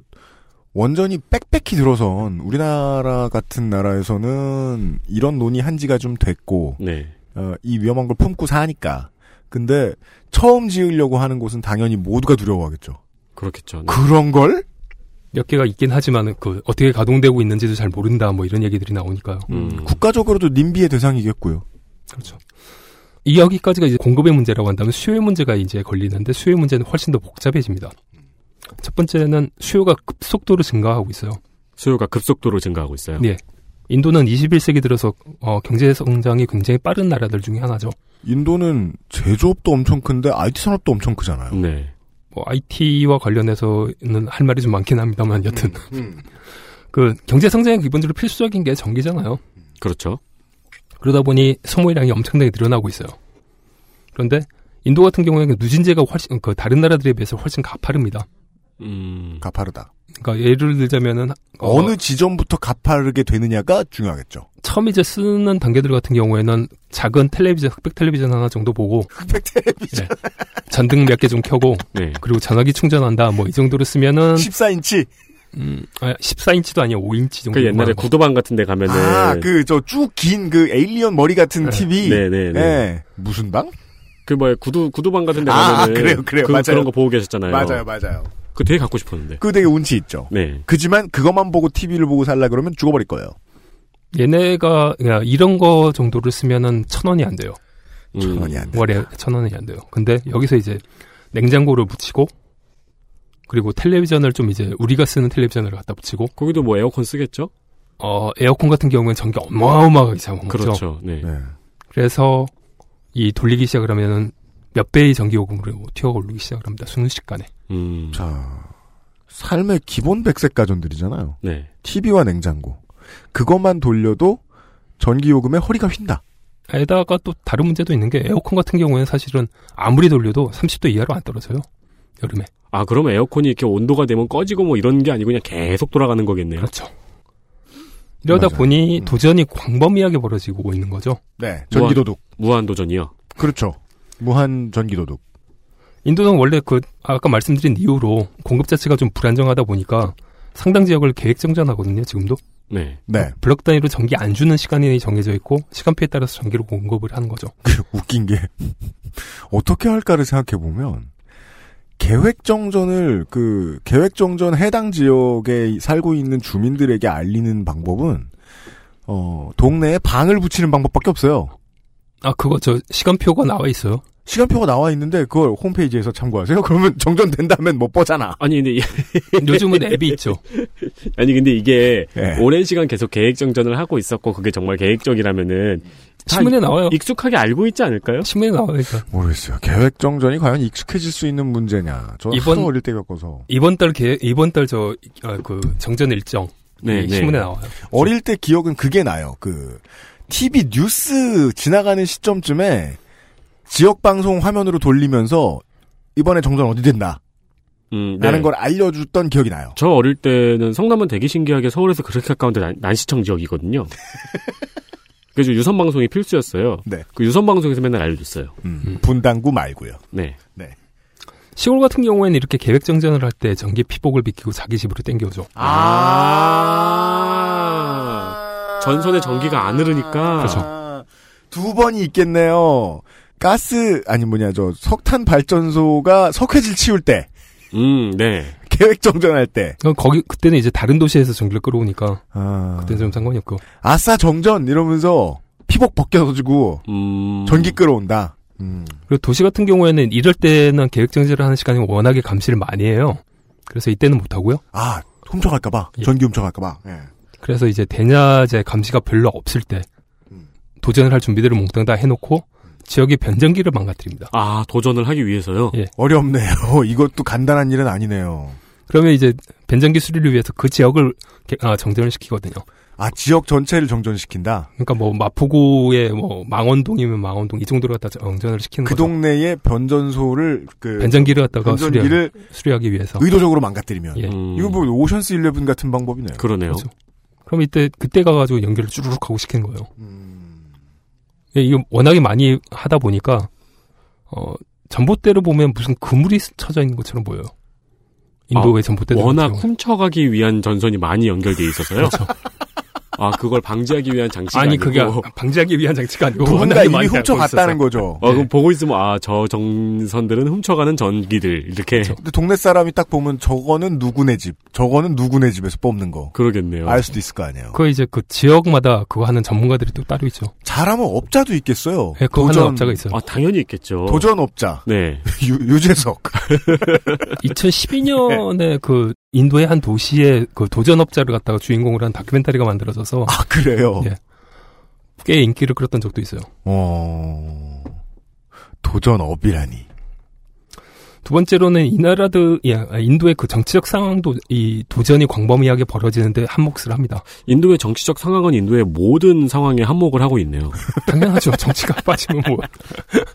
원전이 빽빽히 들어선 우리나라 같은 나라에서는 이런 논의 한 지가 좀 됐고
네.
어, 이 위험한 걸 품고 사니까. 근데 처음 지으려고 하는 곳은 당연히 모두가 두려워하겠죠.
음.
그렇겠죠. 네.
그런 걸?
몇 개가 있긴 하지만 그 어떻게 가동되고 있는지도 잘 모른다 뭐 이런 얘기들이 나오니까요.
음.
국가적으로도 님비의 대상이겠고요.
그렇죠. 이 여기까지가 이제 공급의 문제라고 한다면 수요의 문제가 이제 걸리는데 수요의 문제는 훨씬 더 복잡해집니다. 첫 번째는 수요가 급속도로 증가하고 있어요.
수요가 급속도로 증가하고 있어요.
네. 인도는 21세기 들어서 어, 경제 성장이 굉장히 빠른 나라들 중에 하나죠.
인도는 제조업도 엄청 큰데 IT 산업도 엄청 크잖아요.
네.
뭐 IT와 관련해서는 할 말이 좀 많긴 합니다만 여튼 그 경제 성장의 기본적으로 필수적인 게 전기잖아요.
그렇죠.
그러다 보니 소모량이 엄청나게 늘어나고 있어요. 그런데 인도 같은 경우에는 누진제가 훨씬 그 다른 나라들에 비해서 훨씬 가파릅니다.
음.
가파르다.
그러니까 예를 들자면은
어.
어,
느 지점부터 가파르게 되느냐가 중요하겠죠.
처음 이제 쓰는 단계들 같은 경우에는 작은 텔레비전 흑백 텔레비전 하나 정도 보고 네, 전등 몇 개 좀 켜고
네.
그리고 전화기 충전한다 뭐 이 정도로 쓰면은
14인치.
음, 아, 14인치도 아니야 5인치 정도. 뭐
그 옛날에 구도방 같은 데 가면은
아, 그 저 쭉 긴 그 에일리언 머리 같은 TV.
네. 네, 네, 네.
예. 무슨 방?
그 뭐야 구두 구두방 같은 데
아,
가면은
아, 그래요, 그래요.
그,
맞아요.
런거 보고 계셨잖아요.
맞아요, 맞아요.
그 되게 갖고 싶었는데.
그 되게 운치 있죠.
네.
그지만 그것만 보고 TV를 보고 살라 그러면 죽어버릴 거예요.
얘네가 야, 이런 거 정도를 쓰면은 천 원이 안 돼요.
음.
전혀 안 돼.
월에 천 원이 안 돼요. 근데 여기서 이제 냉장고를 붙이고 그리고 텔레비전을 좀 이제 우리가 쓰는 텔레비전을 갖다 붙이고
거기도 뭐 에어컨 쓰겠죠?
어 에어컨 같은 경우에는 전기 어마어마하게 잡아먹죠.
그렇죠. 네.
네.
그래서 이 돌리기 시작을 하면은 몇 배의 전기 요금으로 튀어 오르기 시작을 합니다. 순식간에.
음.
자, 삶의 기본 백색 가전들이잖아요.
네.
TV와 냉장고. 그것만 돌려도 전기요금에 허리가 휜다.
게다가 또 다른 문제도 있는 게 에어컨 같은 경우에는 사실은 아무리 돌려도 30도 이하로 안 떨어져요. 여름에.
아, 그럼 에어컨이 이렇게 온도가 되면 꺼지고 뭐 이런 게 아니고 그냥 계속 돌아가는 거겠네요.
그렇죠. 이러다
맞아요.
보니
음.
도전이 광범위하게 벌어지고 있는 거죠.
네, 전기도둑.
무한도전이요.
그렇죠. 무한 전기도둑.
인도는 원래 그 아까 말씀드린 이유로 공급 자체가 좀 불안정하다 보니까 상당 지역을 계획 정전하거든요. 지금도
네.
네.
블록 단위로 전기 안 주는 시간이 정해져 있고 시간표에 따라서 전기로 공급을 하는 거죠.
웃긴 게 어떻게 할까를 생각해 보면 계획 정전을 그 계획 정전 해당 지역에 살고 있는 주민들에게 알리는 방법은 어 동네에 방을 붙이는 방법밖에 없어요.
아 그거 저 시간표가 나와 있어요.
시간표가 나와 있는데 그걸 홈페이지에서 참고하세요. 그러면 정전된다면 뭐 못 보잖아.
아니 근데 이-
요즘은 앱이 있죠.
아니 근데 이게
네.
예.
오랜 시간 계속 계획 정전을 하고 있었고 그게 정말 계획적이라면은 다
신문에 나와요.
익숙하게 알고 있지 않을까요?
신문에 나와요. 그러니까
모르겠어요. 계획 정전이 과연 익숙해질 수 있는 문제냐. 저는
이번-
하도 어릴 때 겪어서
이번 달 계획 이번 달 저 그 정전 일정
네,
네,
이 신문에 나와요.
어릴 때 기억은 그게 나요. 그 TV 뉴스 지나가는 시점쯤에 지역 방송 화면으로 돌리면서 이번에 정전 어디 된다
음, 네.
라는 걸 알려줬던 기억이 나요.
저 어릴 때는 성남은 되게 신기하게 서울에서 그렇게 가까운데 난, 난시청 지역이거든요. 그래서 유선 방송이 필수였어요.
네.
그 유선 방송에서 맨날 알려줬어요.
음, 분당구 말고요.
네.
시골 같은 경우에는 이렇게 계획 정전을 할 때 전기 피복을 비키고 자기 집으로 땡겨오죠.
아. 전선에 전기가 안 흐르니까.
아. 그렇죠. 두 번이 있겠네요. 가스 아니 뭐냐 저 석탄 발전소가 석회질 치울 때
음, 네.
계획 정전할 때
그럼 어, 거기 그때는 이제 다른 도시에서 전기를 끌어오니까
아,
그때는 좀 상관이 없고
아싸 정전 이러면서 피복 벗겨가지고
음.
전기 끌어온다. 음.
그리고 도시 같은 경우에는 이럴 때는 계획 정지를 하는 시간이 워낙에 감시를 많이 해요. 그래서 이때는 못 하고요.
아, 훔쳐갈까봐.
예.
전기 훔쳐갈까봐. 예.
그래서 이제 대낮에 감시가 별로 없을 때
음.
도전을 할 준비들을 몽땅 다 해놓고 지역의 변전기를 망가뜨립니다.
아, 도전을 하기 위해서요?
예.
어렵네요. 이것도 간단한 일은 아니네요.
그러면 이제 변전기 수리를 위해서 그 지역을 개- 아, 정전을 시키거든요.
아, 지역 전체를 정전시킨다?
그러니까 뭐 마포구의 뭐 망원동이면 망원동 이 정도로 갖다 정전을 시키는
그
거죠.
동네의 변전소를, 그,
변전기를 갖다가 수리하,
변전기를
수리하기 위해서.
의도적으로 망가뜨리면.
예.
음,
이거 뭐, 오션스 11 같은 방법이네요.
그러네요.
그렇죠. 그럼 이때 그때 가가지고 연결을 쭈르륵 하고 시키는 거예요.
음,
예, 이거 워낙에 많이 하다 보니까 어 전봇대로 보면 무슨 그물이 쳐져 있는 것처럼 보여요.
아,
인도의 전봇대
워낙 훔쳐가기 위한 전선이 많이 연결돼 있어서요. 아, 그걸 방지하기 위한 장치가
아니
아니고. 어,
그게 아- 방지하기 위한 장치가 아니고
누군가
워낙에
이미
많이 알고
훔쳐갔다는
있어서.
거죠.
어, 그럼 보고 있으면 아, 저 정선들은 훔쳐가는 전기들 이렇게
그렇죠.
근데 동네 사람이 딱 보면 저거는 누구네 집, 저거는 누구네 집에서 뽑는 거.
그러겠네요.
알 수도 있을 거 아니에요.
그렇죠. 그거 이제 그 지역마다 그거 하는 전문가들이 또 따로 있죠.
잘하면 업자도 있겠어요.
예, 그거 하는 업자가 있어요. 어.
아, 당연히 있겠죠.
도전업자.
네.
유, 유재석.
2012년에 그 인도의 한 도시의 그 도전업자를 갖다가 주인공으로 한 다큐멘터리가 만들어져서
아, 그래요?
예. 꽤 인기를 끌었던 적도 있어요.
어, 도전업이라니.
두 번째로는 이 나라들, 예, 아, 인도의 그 정치적 상황도 이 도전이 광범위하게 벌어지는데 한몫을 합니다.
인도의 정치적 상황은 인도의 모든 상황에 한몫을 하고 있네요.
당연하죠. 정치가 빠지면 뭐.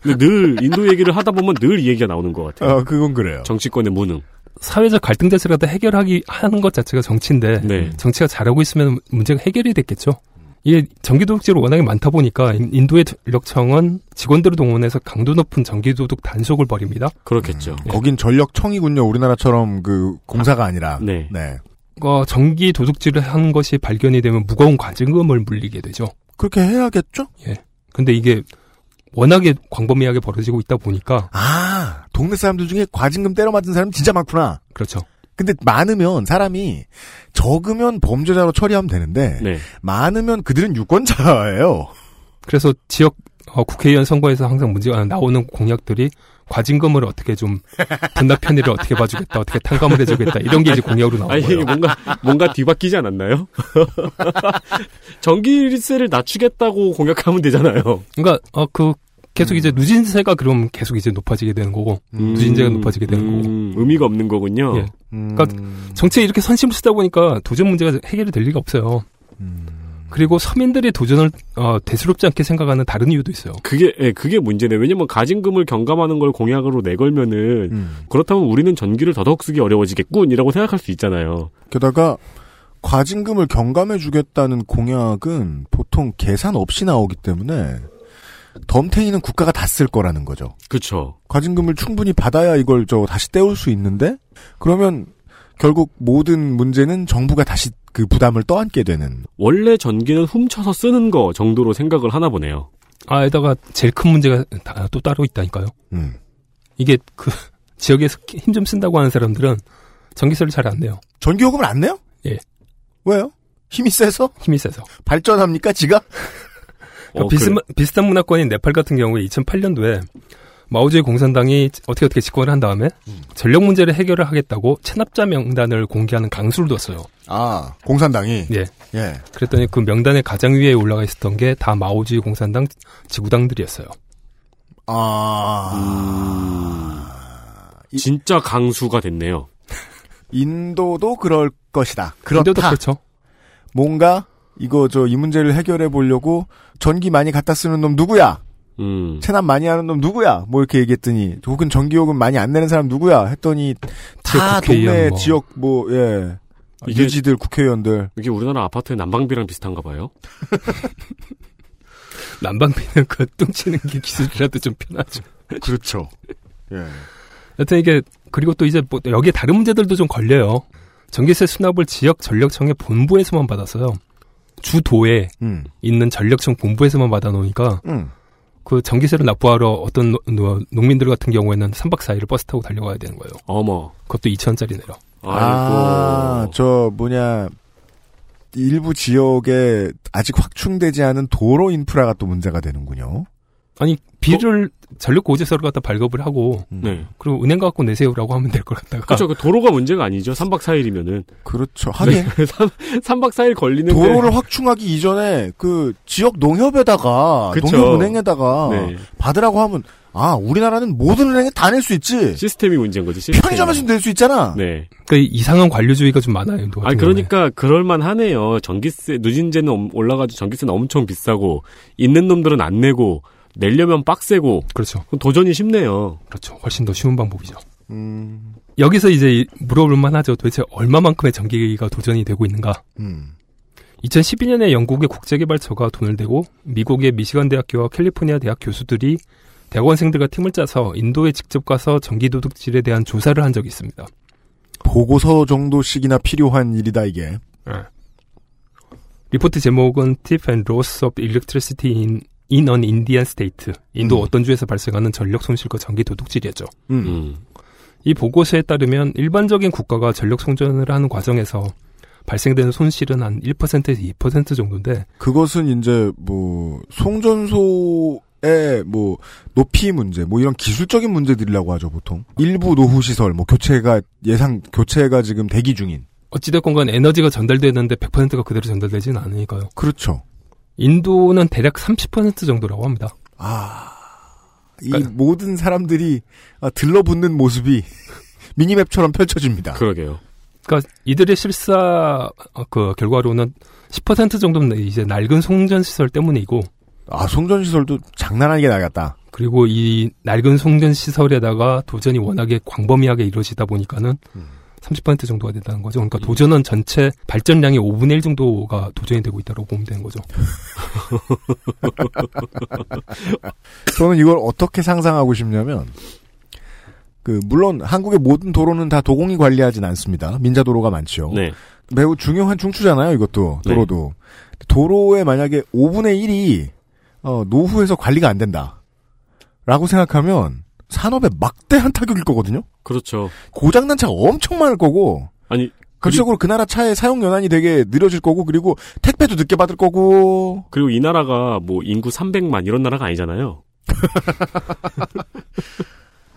근데 늘 인도 얘기를 하다 보면 늘 이 얘기가 나오는 것
예.
같아요.
그렇죠.
어, 그건 그래요.
정치권의 무능.
사회적 갈등 자체를 갖다 해결하기 하는 것 자체가 정치인데
네.
정치가 잘하고 있으면 문제가 해결이 됐겠죠. 이게 전기도둑질이 워낙에 많다 보니까 인- 인도의 전력청은 직원들을 동원해서 강도 높은 전기도둑 단속을 벌입니다.
그렇겠죠.
음.
거긴 전력청이군요. 우리나라처럼 그 공사가 아니라.
네.
어, 전기 도둑질을 한 것이 발견이 되면 무거운 과징금을 물리게 되죠.
그렇게 해야겠죠?
근데 이게 워낙에 광범위하게 벌어지고 있다 보니까
아, 동네 사람들 중에 과징금 때려 맞은 사람 진짜 많구나.
그렇죠.
근데 많으면 사람이 적으면 범죄자로 처리하면 되는데
네.
많으면 그들은 유권자예요.
그래서 지역 어, 국회의원 선거에서 항상 문제가 나오는 공약들이 과징금을 어떻게 좀 분납 편의를 어떻게 봐주겠다, 어떻게 탕감을 해주겠다 이런 게 이제 공약으로 나온
아니, 이게
거예요.
뭔가, 뭔가 뒤바뀌지 않았나요? 전기세를 낮추겠다고 공약하면 되잖아요.
그러니까 어, 그
음.
계속 이제 누진세가 그럼 계속 이제 높아지게 되는 거고 누진제가 음. 높아지게 되는 거고.
음, 의미가 없는 거군요.
예.
음,
그러니까 음.
정치에 이렇게 선심을 쓰다 보니까 도전 문제가 해결이 될 리가 없어요. 그리고 서민들이 도전을 어, 대수롭지 않게 생각하는 다른 이유도 있어요.
그게 예, 그게 문제네. 왜냐면 가진금을 경감하는 걸 공약으로 내걸면은
음.
그렇다면 우리는 전기를 더더욱 쓰기 어려워지겠군이라고 생각할 수 있잖아요.
게다가 과징금을 경감해주겠다는 공약은 보통 계산 없이 나오기 때문에 덤탱이는 국가가 다 쓸 거라는 거죠.
그렇죠.
과징금을 충분히 받아야 이걸 저 다시 떼올 수 있는데 그러면 결국 모든 문제는 정부가 다시 그 부담을 떠안게 되는
원래 전기는 훔쳐서 쓰는 거 정도로 생각을 하나 보네요.
아, 에다가 제일 큰 문제가 다- 또 따로 있다니까요.
음.
이게 그 지역에서 힘 좀 쓴다고 하는 사람들은 전기세를 잘 안 내요.
전기요금을 안 내요?
예.
왜요? 힘이 세서?
힘이 세서.
발전합니까 지가?
그러니까
어,
비슷한,
그래.
비슷한 문화권인 네팔 같은 경우에 2008년도에 마오제이 공산당이 어떻게 어떻게 집권을 한 다음에 전력 문제를 해결을 하겠다고 체납자 명단을 공개하는 강수를 뒀어요.
아 공산당이
예.
예.
그랬더니 그 명단의 가장 위에 올라가 있었던 게 다 마오제이 공산당 지구당들이었어요. 음.
아 이-
진짜 강수가 됐네요.
인도도 그럴 것이다. 그렇다.
인도도 그렇죠.
뭔가 이거 저 이 문제를 해결해 보려고 전기 많이 갖다 쓰는 놈 누구야?
음.
체납 많이 하는 놈 누구야? 뭐 이렇게 얘기했더니 혹은 전기요금 많이 안 내는 사람 누구야? 했더니 다
지역 국회의원
동네
뭐.
지역 뭐 예.
이게-
유지들 국회의원들
이게 우리나라 아파트의 난방비랑 비슷한가 봐요.
난방비는 그 뚱치는 게 기술이라도 좀 편하죠.
그렇죠. 예.
여튼 이게 그리고 또 이제 뭐 여기에 다른 문제들도 좀 걸려요. 전기세 수납을 지역 전력청의 본부에서만 받았어요. 주도에
음.
있는 전력청 본부에서만 받아놓으니까
음.
그 전기세를 납부하러 어떤 노- 노- 농민들 같은 경우에는 3박 4일을 버스 타고 달려가야 되는 거예요.
어머.
그것도 2천원짜리 내려.
아,
아이고.
저 뭐냐 일부 지역에 아직 확충되지 않은 도로 인프라가 또 문제가 되는군요.
아니 비를 전력 고지서를 갖다 발급을 하고
네.
그리고 은행 갖고 내세우라고 하면 될 것 같다가
그렇죠. 그 도로가 문제가 아니죠. 3박 4일이면은.
그렇죠. 하긴
3박 4일 걸리는데
도로를 확충하기 이전에 그 지역 농협에다가
그쵸.
농협은행에다가
네.
받으라고 하면 아 우리나라는 모든 은행에 다 낼 수 있지
시스템이 문제인 거지. 시스템.
편의점에서 낼 수 있잖아
네.
그 이상한 관료주의가 좀 많아요. 인도 같은
아니
경우에.
그러니까 그럴만 하네요. 전기세 누진제는 엄- 올라가지고 전기세는 엄청 비싸고 있는 놈들은 안 내고 내려면 빡세고
그렇죠.
그럼 도전이 쉽네요.
그렇죠. 훨씬 더 쉬운 방법이죠.
음,
여기서 이제 이- 물어볼 만하죠. 도대체 얼마만큼의 전기가 도전이 되고 있는가?
음.
2012년에 영국의 국제개발처가 돈을 대고 미국의 미시간 대학교와 캘리포니아 대학 교수들이 대학원생들과 팀을 짜서 인도에 직접 가서 전기 도둑질에 대한 조사를 한 적이 있습니다.
보고서 정도씩이나 필요한 일이다 이게
리포트 제목은 Tip and Loss of Electricity in, in an Indian State. 인도
음.
어떤 주에서 발생하는 전력 손실과 전기 도둑질이었죠.
음.
음.
이 보고서에 따르면 일반적인 국가가 전력 송전을 하는 과정에서 발생되는 손실은 한 1%에서 2% 정도인데
그것은 이제 뭐 송전소의 뭐 높이 문제 뭐 이런 기술적인 문제들이라고 하죠 보통 일부 노후 시설 뭐 교체가 예상 교체가 지금 대기 중인
어찌됐건 간 에너지가 전달되는데 100%가 그대로 전달되진 않으니까요.
그렇죠
인도는 대략 30% 정도라고 합니다.
아, 이
그러니까-
모든 사람들이 아, 들러붙는 모습이 미니맵처럼 펼쳐집니다.
그러게요.
그러니까 이들의 실사 어, 그 결과로는 10% 정도는 이제 낡은 송전 시설 때문이고
아, 송전시설도 장난 아니게 나갔다.
그리고 이 낡은 송전 시설에다가 도전이 워낙에 광범위하게 이루어지다 보니까는 30% 정도가 된다는 거죠. 그러니까 도전은 전체 발전량의 5분의 1 정도가 도전이 되고 있다고 보면 되는 거죠.
저는 이걸 어떻게 상상하고 싶냐면, 그, 물론 한국의 모든 도로는 다 도공이 관리하진 않습니다. 민자도로가 많죠.
네.
매우 중요한 중추잖아요, 이것도.
네.
도로도. 도로에 만약에 5분의 1이, 어, 노후에서 관리가 안 된다. 라고 생각하면, 산업에 막대한 타격일 거거든요?
그렇죠.
고장난 차가 엄청 많을 거고,
아니
결적으로 그 나라 차의 사용 연한이 되게 느려질 거고 그리고 택배도 늦게 받을 거고
그리고 이 나라가 뭐 인구 300만 이런 나라가 아니잖아요.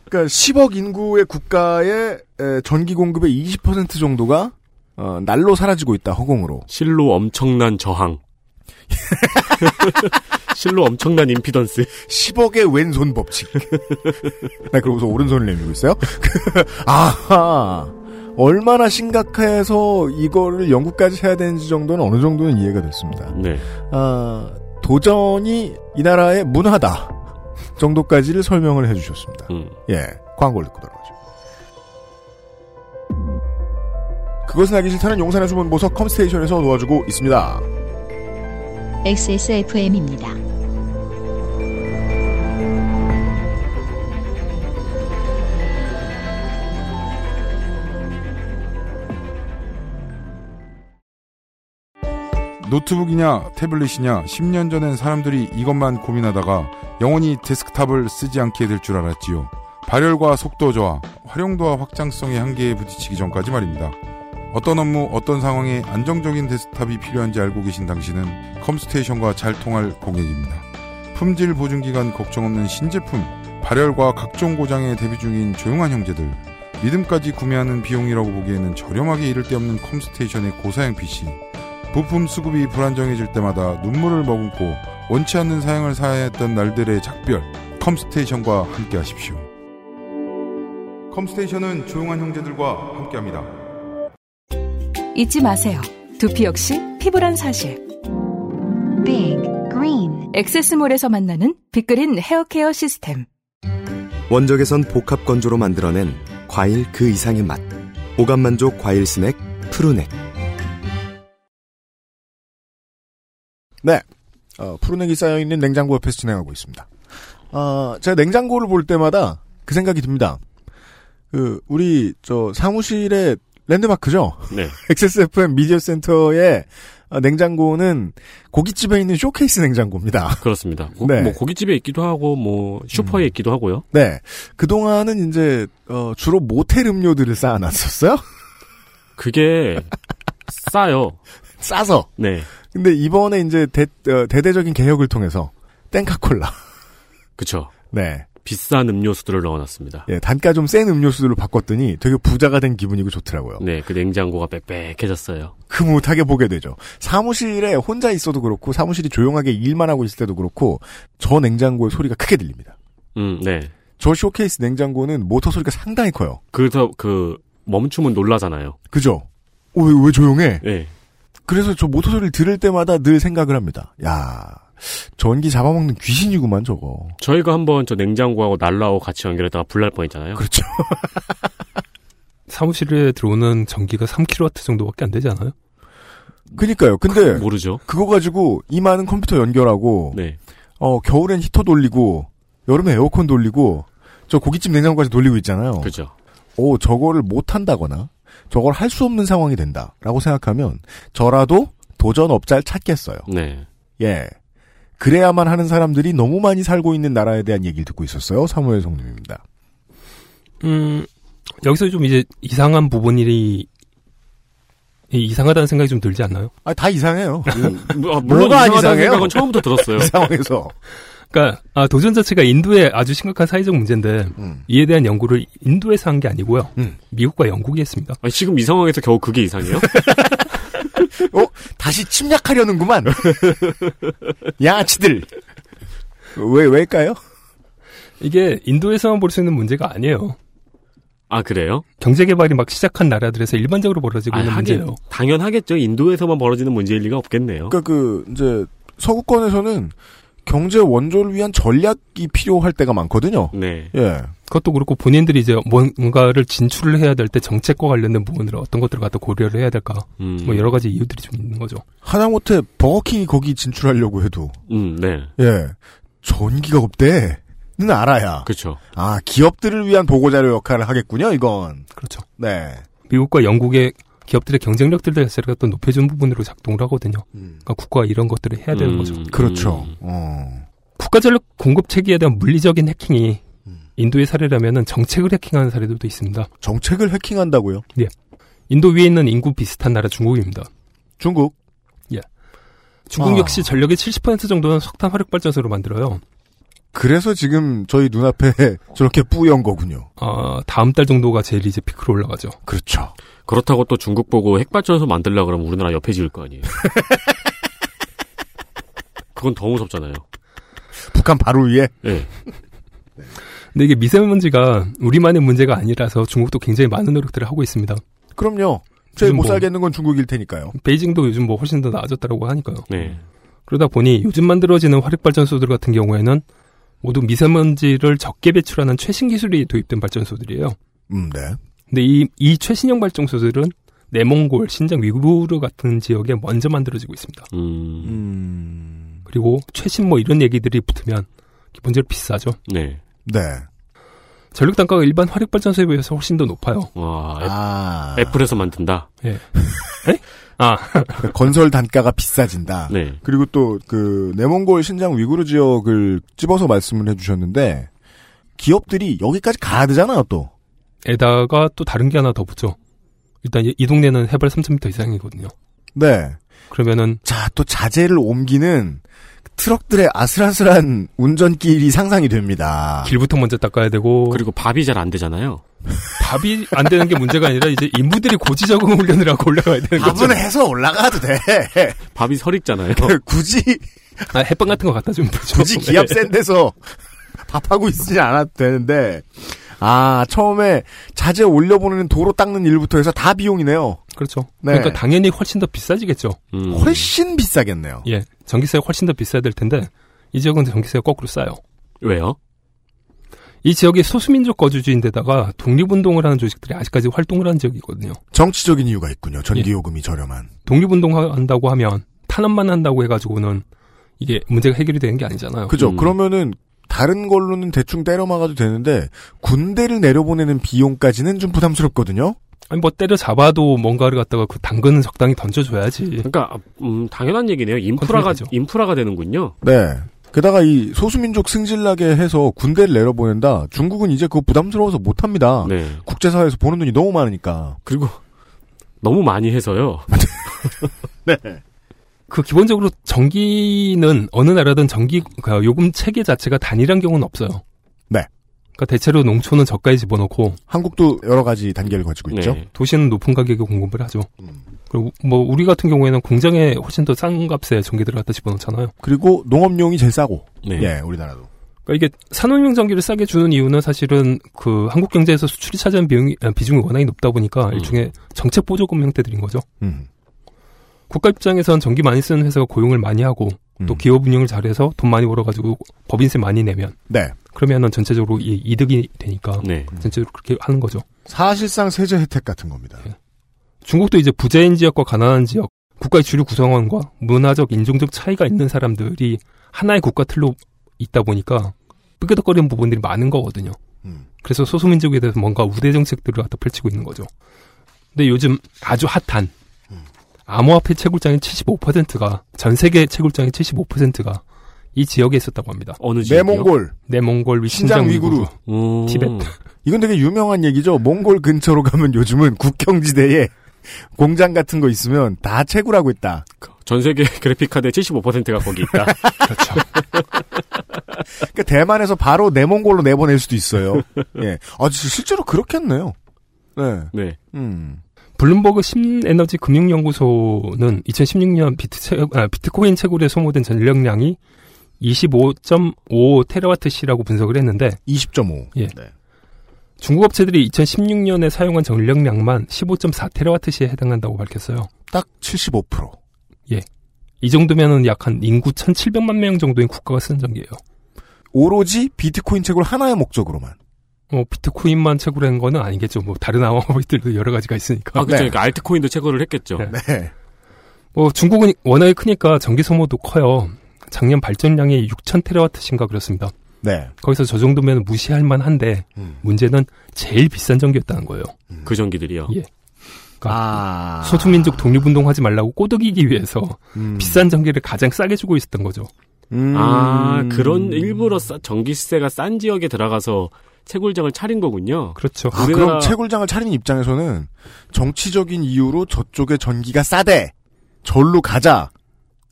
그러니까 10억 인구의 국가의 에, 전기 공급의 20% 정도가 어, 날로 사라지고 있다 허공으로
실로 엄청난 저항. 실로 엄청난 임피던스.
10억의 왼손 네, 법칙 나 그러고서 오른손을 내밀고 있어요 아하 얼마나 심각해서 이거를 연구까지 해야 되는지 정도는 어느 정도는 이해가 됐습니다.
네.
아, 도전이 이 나라의 문화다 정도까지를 설명을 해주셨습니다.
음.
예, 광고를 듣고 돌아가죠. 그것은 알기 싫다는 용산의 숨은 보석 컴스테이션에서 놓아주고 있습니다.
XSFM입니다.
노트북이냐 태블릿이냐 10년 전엔 사람들이 이것만 고민하다가 영원히 데스크탑을 쓰지 않게 될 줄 알았지요. 발열과 속도 저하, 활용도와 확장성의 한계에 부딪히기 전까지 말입니다. 어떤 업무, 어떤 상황에 안정적인 데스크탑이 필요한지 알고 계신 당신은 컴스테이션과 잘 통할 고객입니다. 품질 보증기간 걱정 없는 신제품, 발열과 각종 고장에 대비 중인 조용한 형제들, 믿음까지 구매하는 비용이라고 보기에는 저렴하게 이를 데 없는 컴스테이션의 고사양 PC, 부품 수급이 불안정해질 때마다 눈물을 머금고 원치 않는 사양을 사야 했던 날들의 작별 컴스테이션과 함께 하십시오. 컴스테이션은 조용한 형제들과 함께합니다.
잊지 마세요. 두피 역시 피부란 사실.
Big green.
엑세스몰에서 만나는 빅그린 헤어케어 시스템.
원적에선 복합 건조로 만들어낸 과일 그 이상의 맛. 오감 만족 과일 스낵 푸르넥.
네. 어, 푸른액이 쌓여있는 냉장고 옆에서 진행하고 있습니다. 아, 제가 냉장고를 볼 때마다 그 생각이 듭니다. 그, 우리, 저, 사무실의 랜드마크죠?
네.
XSFM 미디어 센터의 아, 냉장고는 고깃집에 있는 쇼케이스 냉장고입니다.
그렇습니다. 고,
네.
뭐 고깃집에 있기도 하고 뭐 슈퍼에 있기도 하고요.
네. 그동안은 이제, 어, 주로 모텔 음료들을 쌓아놨었어요?
그게 싸요.
싸서.
네.
근데 이번에 이제 대, 어, 대대적인 개혁을 통해서 땡카콜라.
그쵸.
네.
비싼 음료수들을 넣어놨습니다.
예, 단가 좀 센 음료수들로 바꿨더니 되게 부자가 된 기분이고 좋더라고요.
네, 그 냉장고가 빽빽해졌어요.
흐뭇하게 보게 되죠. 사무실에 혼자 있어도 그렇고 사무실이 조용하게 일만 하고 있을 때도 그렇고 저 냉장고의 소리가 크게 들립니다.
음, 네.
저 쇼케이스 냉장고는 모터 소리가 상당히 커요.
그래서 그 멈춤은 놀라잖아요.
그죠? 어, 왜, 왜 조용해?
네.
그래서 저 모터 소리를 들을 때마다 늘 생각을 합니다. 야 전기 잡아먹는 귀신이구만 저거.
저희가 한번 저 냉장고하고 난로하고 같이 연결했다가 불날 뻔했잖아요.
그렇죠.
사무실에 들어오는 전기가 3kW 정도밖에 안 되지 않아요?
그니까요. 근데
모르죠.
그거 가지고 이 많은 컴퓨터 연결하고
뭐- 네.
어 겨울엔 히터 돌리고 여름에 에어컨 돌리고 저 고깃집 냉장고까지 돌리고 있잖아요.
그죠.
오, 저거를 못 한다거나 저걸 할 수 없는 상황이 된다라고 생각하면 저라도 도전 업자를 찾겠어요.
네.
예. 그래야만 하는 사람들이 너무 많이 살고 있는 나라에 대한 얘기를 듣고 있었어요. 사무엘 성님입니다.
음, 여기서 좀 이제 이상한 부분이 이- 이상하다는 생각이 좀 들지 않나요?
아, 다 이상해요. 이
아, 물론
뭐가 안
이상하다는
이상해요?
생각은 처음부터 들었어요.
상황에서.
그러니까 아, 도전 자체가 인도의 아주 심각한 사회적 문제인데
음.
이에 대한 연구를 인도에서 한 게 아니고요.
음.
미국과 영국이 했습니다.
아니, 지금 이 상황에서 겨우 그게 이상해요?
다시 침략하려는구만. 양아치들. 왜, 왜일까요?
이게 인도에서만 볼 수 있는 문제가 아니에요.
아, 그래요?
경제 개발이 막 시작한 나라들에서 일반적으로 벌어지고
아,
있는
하긴,
문제예요.
당연하겠죠. 인도에서만 벌어지는 문제일 리가 없겠네요.
그러니까 그 이제 서구권에서는 경제 원조를 위한 전략이 필요할 때가 많거든요.
네.
예.
그것도 그렇고 본인들이 이제 뭔가를 진출을 해야 될 때 정책과 관련된 부분을 어떤 것들을 갖다 고려를 해야 될까?
음,
뭐 여러 가지 이유들이 좀 있는 거죠.
하다못해 버거킹이 거기 진출하려고 해도
음, 네.
예. 전기가 없대는 알아야.
그렇죠.
아, 기업들을 위한 보고자료 역할을 하겠군요, 이건.
그렇죠.
네.
미국과 영국의 기업들의 경쟁력들 자체를 또 높여준 부분으로 작동을 하거든요. 그러니까 국가가 이런 것들을 해야 되는 거죠.
그렇죠.
음,
어.
국가 전력 공급 체계에 대한 물리적인 해킹이 인도의 사례라면 정책을 해킹하는 사례들도 있습니다.
정책을 해킹한다고요?
인도 위에 있는 인구 비슷한 나라 중국입니다.
중국. 예.
중국
아.
역시 전력의 70% 정도는 석탄 화력 발전소로 만들어요.
그래서 지금 저희 눈앞에 저렇게 뿌연 거군요.
어, 다음 달 정도가 제일 이제 피크로 올라가죠.
그렇죠.
그렇다고 또 중국 보고 핵발전소 만들려고 그러면 우리나라 옆에 지을 거 아니에요. 그건 더 무섭잖아요.
북한 바로 위에.
예.
근데 이게 미세먼지가 우리만의 문제가 아니라서 중국도 굉장히 많은 노력들을 하고 있습니다.
그럼요. 제일
요즘
못
뭐-
살겠는 건 중국일 테니까요.
베이징도 요즘 뭐 훨씬 더 나아졌다라고 하니까요.
네.
그러다 보니 요즘 만들어지는 화력발전소들 같은 경우에는 모두 미세먼지를 적게 배출하는 최신 기술이 도입된 발전소들이에요.
음, 네.
근데 이, 이 최신형 발전소들은 내몽골, 신장 위구르 같은 지역에 먼저 만들어지고 있습니다.
음,
음,
그리고 최신 뭐 이런 얘기들이 붙으면 기본적으로 비싸죠.
네.
네.
전력 단가가 일반 화력 발전소에 비해서 훨씬 더 높아요.
와, 애-
아,
애플에서 만든다.
아,
그러니까 건설 단가가 비싸진다.
네.
그리고 또 그 내몽골 신장 위구르 지역을 찝어서 말씀을 해주셨는데 기업들이 여기까지 가야 되잖아요 또.
에다가 또 다른 게 하나 더 붙죠. 일단 이- 이 동네는 해발 3,000m 이상이거든요.
네.
그러면은
자 또 자재를 옮기는 트럭들의 아슬아슬한 운전길이 상상이 됩니다.
길부터 먼저 닦아야 되고
그리고 밥이 잘 안 되잖아요.
밥이 안 되는 게 문제가 아니라 이제 인부들이 고지자궁 훈련을 하고 올라가야 되는 거죠.
밥은 해서 올라가도 돼.
밥이 설익잖아요.
그
굳이
아, 햇반 같은 거 갖다 주면 되죠. 네.
굳이 기압 센 데서 밥하고 있지 않아도 되는데 아 처음에 자재 올려보내는 도로 닦는 일부터 해서 다 비용이네요.
그렇죠.
네.
그러니까 당연히 훨씬 더 비싸지겠죠.
음,
훨씬 비싸겠네요.
예, 전기세가 훨씬 더 비싸야 될 텐데 이 지역은 전기세가 거꾸로 싸요.
왜요?
이 지역이 소수민족 거주지인데다가 독립운동을 하는 조직들이 아직까지 활동을 하는 지역이거든요.
정치적인 이유가 있군요.
예.
전기요금이 저렴한.
독립운동한다고 하면 탄압만 한다고 해가지고는 이게 문제가 해결이 되는 게 아니잖아요.
그죠?
음.
그러면은 다른 걸로는 대충 때려 막아도 되는데 군대를 내려보내는 비용까지는 좀 부담스럽거든요.
아니 뭐 때려 잡아도 뭔가를 갖다가 그 당근은 적당히 던져줘야지.
그러니까 음, 당연한 얘기네요. 인프라가
컨트롤하죠.
인프라가 되는군요.
네. 게다가 이 소수민족 승질나게 해서 군대를 내려보낸다. 중국은 이제 그거 부담스러워서
어.
못합니다.
네.
국제사회에서 보는 눈이 너무 많으니까.
그리고 너무 많이 해서요.
그 기본적으로 전기는 어느 나라든 전기 그 요금 체계 자체가 단일한 경우는 없어요.
네.
그러니까 대체로 농촌은 저가에 집어넣고
한국도 여러 가지 단계를 가지고 있죠.
네.
도시는 높은 가격에 공급을 하죠.
음.
그리고 뭐 우리 같은 경우에는 공장에 훨씬 더 싼 값에 전기들을 갖다 집어넣잖아요.
그리고 농업용이 제일 싸고.
네.
예, 우리나라도.
그러니까 이게 산업용 전기를 싸게 주는 이유는 사실은 그 한국 경제에서 수출이 차지한 비용이, 아, 비중이 워낙에 높다 보니까
음.
일종의 정책 보조금 형태들인 거죠.
음.
국가 입장에선 전기 많이 쓰는 회사가 고용을 많이 하고
음.
또 기업 운영을 잘해서 돈 많이 벌어가지고 법인세 많이 내면
네.
그러면은 전체적으로 이- 이득이 되니까
네.
전체적으로 그렇게 하는 거죠.
사실상 세제 혜택 같은 겁니다.
중국도 이제 부자인 지역과 가난한 지역, 국가의 주류 구성원과 문화적, 인종적 차이가 있는 사람들이 하나의 국가 틀로 있다 보니까 삐그덕거리는 부분들이 많은 거거든요.
음.
그래서 소수민족에 대해서 뭔가 우대 정책들을 갖다 펼치고 있는 거죠. 근데 요즘 아주 핫한
음.
암호화폐 채굴장의 75%가 전 세계 채굴장의 75%가 이 지역에 있었다고 합니다.
어느 지역?
내몽골.
내몽골,
신장
신장
위구르.
위구르,
음,
티벳.
이건 되게 유명한 얘기죠. 몽골 근처로 가면 요즘은 국경지대에 공장 같은 거 있으면 다 채굴하고 있다.
전 세계 그래픽 카드의 75%가 거기 있다.
그러니까 대만에서 바로 내몽골로 내보낼 수도 있어요. 예. 아, 진- 실제로 그렇겠네요. 네.
네.
음.
블룸버그 신에너지 금융연구소는 2016년 비트 코인 채굴에 소모된 전력량이 25.5 테라와트 시라고 분석을 했는데
20.5.
예.
네.
중국 업체들이 2016년에 사용한 전력량만 15.4 테라와트 시에 해당한다고 밝혔어요.
딱 75%.
이 정도면은 약 한 인구 1,700만 명 정도인 국가가 쓰는 전기예요.
오로지 비트코인 채굴 하나의 목적으로만.
어, 비트코인만 채굴한 거는 아니겠죠. 뭐 다른 암호화폐들도 여러 가지가 있으니까.
아, 그렇죠.
네.
그러니까 알트코인도 채굴을 했겠죠.
네.
네.
뭐 중국은 워낙에 크니까 전기 소모도 커요. 작년 발전량이 6,000 테라와트신가 그렇습니다.
네.
거기서 저 정도면 무시할 만한데
음.
문제는 제일 비싼 전기였다는 거예요.
그 전기들이요.
예. 그러니까
아.
소수민족 독립운동 하지 말라고 꼬드기기 위해서
음.
비싼 전기를 가장 싸게 주고 있었던 거죠.
음.
아, 그런 일부러 싸- 전기세가 싼 지역에 들어가서 채굴장을 차린 거군요.
그렇죠.
아,
우리나라-
그럼 채굴장을 차린 입장에서는 정치적인 이유로 저쪽에 전기가 싸대. 절로 가자.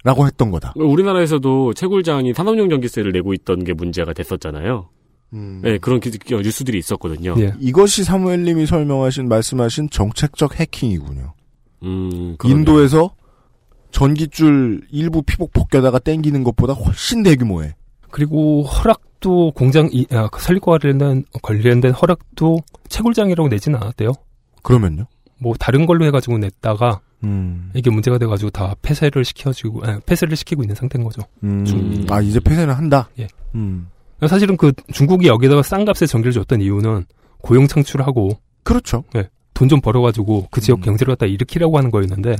라고 했던 거다.
우리나라에서도 채굴장이 산업용 전기세를 내고 있던 게 문제가 됐었잖아요.
음.
네, 그런 기- 기- 뉴스들이 있었거든요.
예.
이것이 사무엘님이 설명하신 말씀하신 정책적 해킹이군요.
음, 그러네요.
인도에서 전기줄 일부 피복 벗겨다가 땡기는 것보다 훨씬 대규모에.
그리고 허락도 공장 이, 아, 그 설립과 관련된 관련된 허락도 채굴장이라고 내지는 않았대요.
그러면요?
뭐 다른 걸로 해가지고 냈다가
음.
이게 문제가 돼가지고 다 폐쇄를 시켜주고 아, 폐쇄를 시키고 있는 상태인 거죠.
음.
중-
아 이제 폐쇄는 한다.
예.
음.
사실은 그 중국이 여기다가 싼 값에 전기를 줬던 이유는 고용 창출하고
그렇죠.
돈 좀 벌어가지고 그 지역
음.
경제를 갖다 일으키려고 하는 거였는데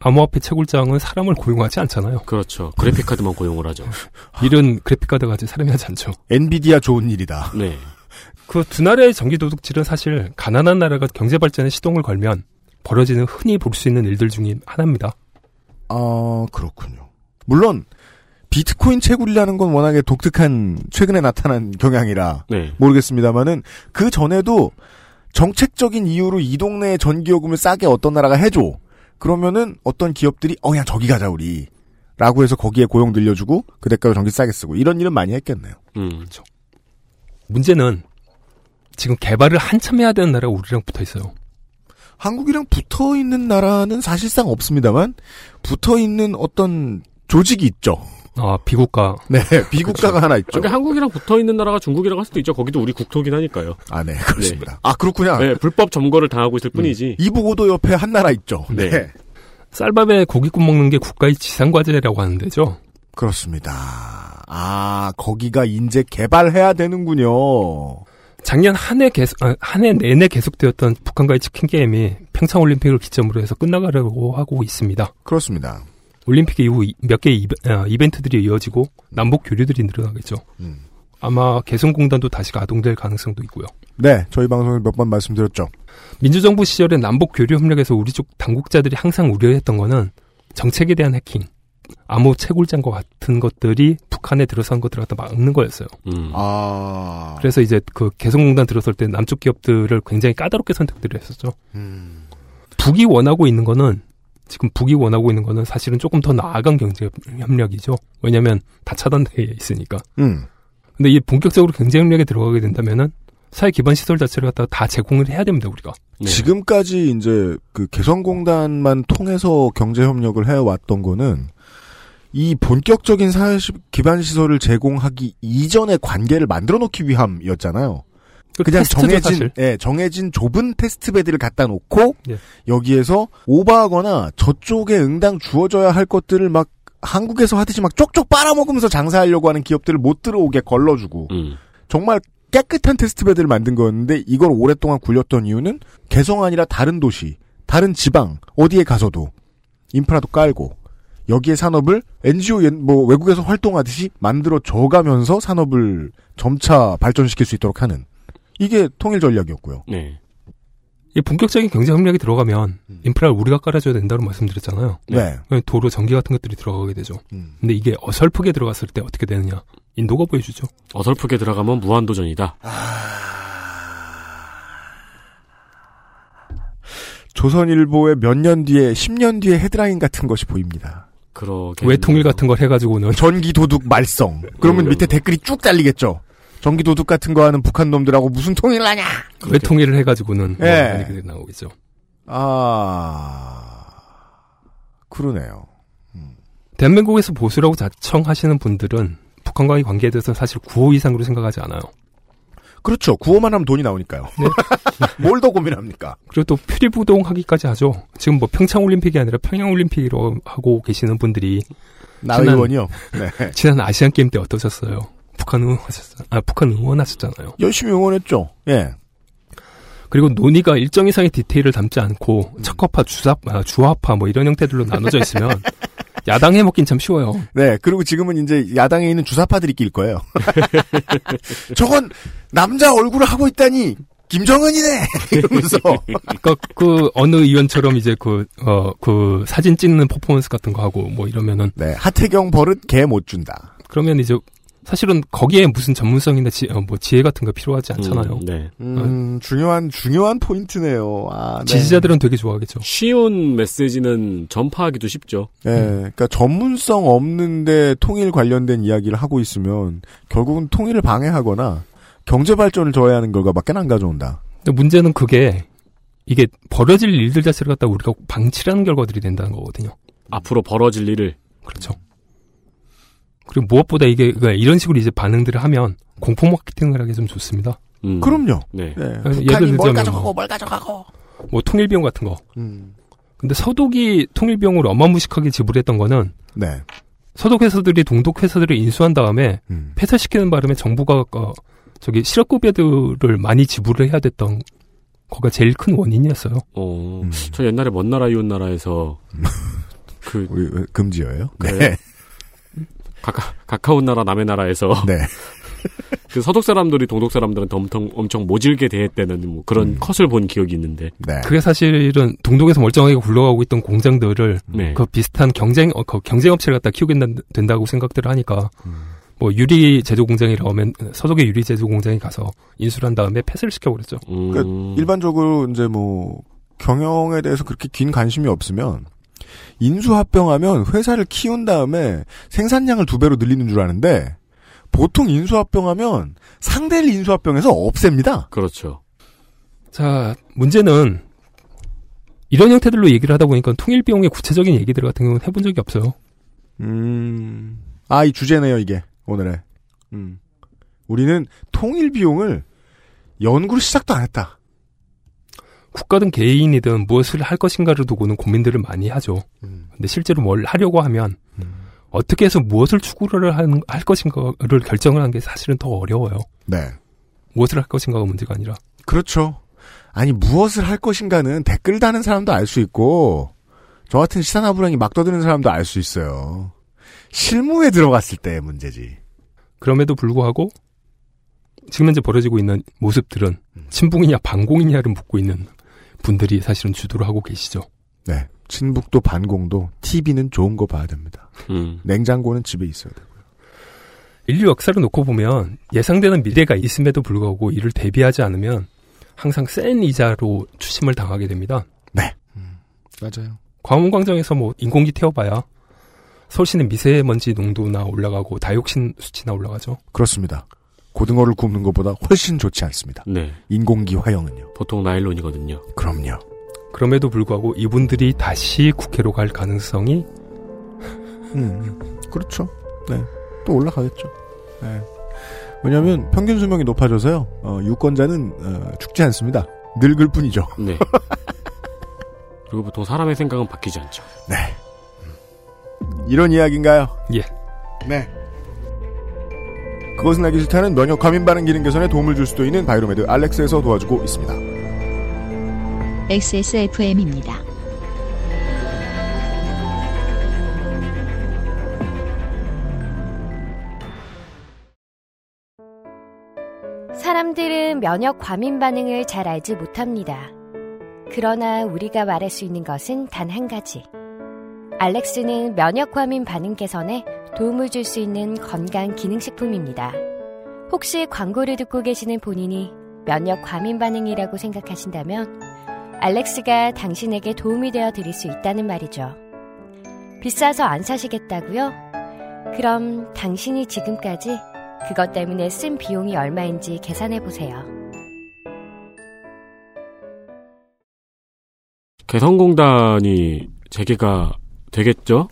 암호화폐 채굴장은 사람을 고용하지 않잖아요.
그렇죠. 그래픽카드만 고용을 하죠.
일은 그래픽카드 같이 사람이 하지 않죠.
엔비디아 좋은 일이다.
네.
그 두 나라의 전기 도둑질은 사실 가난한 나라가 경제 발전에 시동을 걸면 벌어지는 흔히 볼 수 있는 일들 중에 하나입니다.
아 그렇군요. 물론 비트코인 채굴이라는 건 워낙에 독특한 최근에 나타난 경향이라
네.
모르겠습니다만은 그 전에도 정책적인 이유로 이 동네의 전기요금을 싸게 어떤 나라가 해줘 그러면은 어떤 기업들이 어 그냥 저기 가자 우리 라고 해서 거기에 고용 늘려주고 그 대가로 전기 싸게 쓰고 이런 일은 많이 했겠네요.
음.
문제는 지금 개발을 한참 해야 되는 나라가 우리랑 붙어 있어요.
한국이랑 붙어 있는 나라는 사실상 없습니다만 붙어 있는 어떤 조직이 있죠.
아 비국가
네, 비국가가 하나 있죠.
그러니까 한국이랑 붙어 있는 나라가 중국이라고 할 수도 있죠. 거기도 우리 국토긴 하니까요.
아, 네, 그렇습니다. 아, 그렇구나.
네, 불법 점거를 당하고 있을 뿐이지.
이북오도 옆에 한 나라 있죠. 네.
네.
쌀밥에 고기 굽 먹는 게 국가의 지상 과제라고 하는 데죠.
그렇습니다. 아, 거기가 이제 개발해야 되는군요.
작년 한 해 계속 아, 한해 내내 계속되었던 북한과의 치킨 게임이 평창 올림픽을 기점으로 해서 끝나가려고 하고 있습니다.
그렇습니다.
올림픽 이후 이- 몇 개의 이베, 아, 이벤트들이 이어지고 남북 교류들이 늘어나겠죠.
음.
아마 개성공단도 다시 가동될 가능성도 있고요.
네, 저희 방송에 몇 번 말씀드렸죠.
민주정부 시절에 남북 교류 협력에서 우리 쪽 당국자들이 항상 우려했던 거는 정책에 대한 해킹, 암호 채굴장과 같은 것들이 북한에 들어선 것들을 갖다 막는 거였어요.
음.
아,
그래서 이제 그 개성공단 들어설 때 남쪽 기업들을 굉장히 까다롭게 선택들을 했었죠.
음,
북이 원하고 있는 거는 지금 북이 원하고 있는 거는 사실은 조금 더 나아간 경제 협력이죠. 왜냐하면 다 차단돼 있으니까.
음,
근데 이 본격적으로 경제 협력에 들어가게 된다면은 사회 기반 시설 자체를 갖다가 다 제공을 해야 됩니다 우리가.
네.
지금까지 이제 그 개성공단만 통해서 경제 협력을 해왔던 거는 이 본격적인 사회 시- 기반 시설을 제공하기 이전의 관계를 만들어 놓기 위함이었잖아요. 그냥
테스트죠,
정해진
사실.
예, 정해진 좁은 테스트 베드를 갖다 놓고
예.
여기에서 오버하거나 저쪽에 응당 주어져야 할 것들을 막 한국에서 하듯이 막 쪽쪽 빨아먹으면서 장사하려고 하는 기업들을 못 들어오게 걸러주고
음.
정말 깨끗한 테스트 베드를 만든 거였는데 이걸 오랫동안 굴렸던 이유는 개성 아니라 다른 도시, 다른 지방 어디에 가서도 인프라도 깔고 여기에 산업을 NGO 연- 뭐 외국에서 활동하듯이 만들어 줘가면서 산업을 점차 발전시킬 수 있도록 하는 이게 통일 전략이었고요.
네.
이 본격적인 경제 협력에 들어가면 인프라를 우리가 깔아줘야 된다고 말씀드렸잖아요.
네.
도로 전기 같은 것들이 들어가게 되죠.
음.
근데 이게 어설프게 들어갔을 때 어떻게 되느냐? 인도가 보여주죠.
어설프게 들어가면 무한도전이다.
조선일보의 몇 년 뒤에 10년 뒤에 헤드라인 같은 것이 보입니다.
그러게.
왜 통일 같은 걸 해가지고는
전기 도둑 말썽. 그러면
음.
밑에 댓글이 쭉 달리겠죠. 전기 도둑 같은 거 하는 북한 놈들하고 무슨 통일을 하냐.
왜 통일을 해가지고는 뭐
예.
이렇게 돼 나오겠죠.
아 그러네요.
대한민국에서 보수라고 자청하시는 분들은 북한과의 관계에 대해서 사실 구호 이상으로 생각하지 않아요.
그렇죠. 구호만 하면 돈이 나오니까요. 뭘 더 고민합니까?
그리고 또 표리부동하기까지 하죠. 지금 뭐 평창올림픽이 아니라 평양올림픽으로 하고 계시는 분들이
나
지난-
의원이요. 네.
지난 아시안 게임 때 어떠셨어요? 북한 응원하셨어요. 아 북한 응원하셨잖아요.
열심히 응원했죠. 예.
그리고 논의가 일정 이상의 디테일을 담지 않고 척화파, 주사, 아, 주화파 뭐 이런 형태들로 나눠져 있으면 야당 해먹긴 참 쉬워요.
네. 그리고 지금은 이제 야당에 있는 주사파들이 낄 거예요. 저건 남자 얼굴을 하고 있다니 김정은이네. 이러면서
그러니까 그 어느 의원처럼 이제 그 어, 그 사진 찍는 퍼포먼스 같은 거 하고 뭐 이러면은
네. 하태경 버릇 개 못 준다.
그러면 이제 사실은 거기에 무슨 전문성이나 지, 어, 뭐 지혜 같은 거 필요하지 않잖아요.
음, 네.
음, 중요한 중요한 포인트네요. 아, 네.
지지자들은 되게 좋아하겠죠.
쉬운 메시지는 전파하기도 쉽죠.
예,
음.
그러니까 전문성 없는데 통일 관련된 이야기를 하고 있으면 결국은 통일을 방해하거나 경제 발전을 저해하는 결과밖에 안 가져온다.
근데 문제는 그게 이게 벌어질 일들 자체를 갖다 우리가 방치라는 결과들이 된다는 거거든요.
앞으로 벌어질 일을.
그렇죠. 그리고 무엇보다 이게 그러니까 이런 식으로 이제 반응들을 하면 공포 마케팅을 하기 좀 좋습니다.
음.
그럼요.
네.
네,
예를
북한이 뭘
들자면
가져가고
뭐.
뭘 가져가고
뭐 통일 비용 같은 거.
음.
근데 서독이 통일 비용을 어마무식하게 지불했던 거는
네.
서독 회사들이 동독 회사들을 인수한 다음에
음.
폐쇄시키는 바람에 정부가 어, 저기 실업급여들을 많이 지불을 해야 됐던 거가 제일 큰 원인이었어요.
어,
음.
저 옛날에 먼 나라 이웃 나라에서 그
우리 왜 금지어예요?
음.
그래요? 네. 가까, 가까운 나라 남의 나라에서
네.
그 서독 사람들이 동독 사람들한테 엄청 엄청 모질게 대했다는 뭐 그런
음.
컷을 본 기억이 있는데
네.
그게 사실은 동독에서 멀쩡하게 굴러가고 있던 공장들을
네.
그 비슷한 경쟁 어, 그 경쟁 업체를 갖다 키우겠다고 생각들을 하니까 뭐 유리 제조 공장이라면 서독의 유리 제조 공장에 가서 인수를 한 다음에 폐쇄를 시켜버렸죠.
음,
그러니까 일반적으로 이제 뭐 경영에 대해서 그렇게 긴 관심이 없으면 인수합병하면 회사를 키운 다음에 생산량을 두 배로 늘리는 줄 아는데 보통 인수합병하면 상대를 인수합병해서 없앱니다.
그렇죠.
자 문제는 이런 형태들로 얘기를 하다 보니까 통일 비용의 구체적인 얘기들 같은 경우는 해본 적이 없어요.
음. 아, 이 주제네요, 이게. 오늘의. 음. 우리는 통일 비용을 연구를 시작도 안 했다.
국가든 개인이든 무엇을 할 것인가를 두고는 고민들을 많이 하죠.
음.
근데 실제로 뭘 하려고 하면
음.
어떻게 해서 무엇을 추구를 한- 할 것인가를 결정을 한 게 사실은 더 어려워요.
네.
무엇을 할 것인가가 문제가 아니라
그렇죠. 아니 무엇을 할 것인가는 댓글 다는 사람도 알 수 있고 저 같은 시사나부랑이 막 떠드는 사람도 알 수 있어요. 실무에 들어갔을 때의 문제지.
그럼에도 불구하고 지금 현재 벌어지고 있는 모습들은
음.
친북이냐 반공이냐를 묻고 있는 분들이 사실은 주도를 하고 계시죠.
네. 친북도 반공도 TV는 좋은 거 봐야 됩니다.
음.
냉장고는 집에 있어야 돼요.
인류 역사를 놓고 보면 예상되는 미래가 있음에도 불구하고 이를 대비하지 않으면 항상 센 이자로 추심을 당하게 됩니다.
맞아요.
광화문광장에서 뭐 인공기 태워봐야 서울시는 미세먼지 농도나 올라가고 다육신 수치나 올라가죠.
그렇습니다. 고등어를 굽는 것보다 훨씬 좋지 않습니다.
네.
인공기 화형은요.
보통 나일론이거든요.
그럼요.
그럼에도 불구하고 이분들이 다시 국회로 갈 가능성이
음, 그렇죠. 네. 또 올라가겠죠. 네. 왜냐하면 평균 수명이 높아져서요. 어, 유권자는 어, 죽지 않습니다. 늙을 뿐이죠.
네. 그리고 보통 사람의 생각은 바뀌지 않죠.
네. 이런 이야기인가요?
예.
네. 그것은 알기 싫다는 면역 과민 반응 기능 개선에 도움을 줄 수도 있는 바이로메드 알렉스에서 도와주고 있습니다.
XSFM입니다.
사람들은 면역 과민 반응을 잘 알지 못합니다. 그러나 우리가 말할 수 있는 것은 단 한 가지. 알렉스는 면역 과민 반응 개선에 도움을 줄 수 있는 건강 기능식품입니다. 혹시 광고를 듣고 계시는 본인이 면역 과민 반응이라고 생각하신다면 알렉스가 당신에게 도움이 되어 드릴 수 있다는 말이죠. 비싸서 안 사시겠다고요? 그럼 당신이 지금까지 그것 때문에 쓴 비용이 얼마인지 계산해 보세요.
개성공단이 재개가 되겠죠?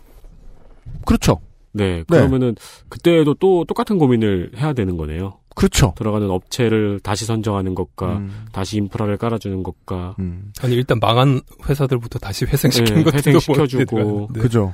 그렇죠.
네. 그러면은 그때도 또 똑같은 고민을 해야 되는 거네요.
그렇죠.
들어가는 업체를 다시 선정하는 것과
음,
다시 인프라를 깔아주는 것과
음,
아니 일단 망한 회사들부터 다시 회생시키는
네,
예,
것도
회생시켜주고.
그죠.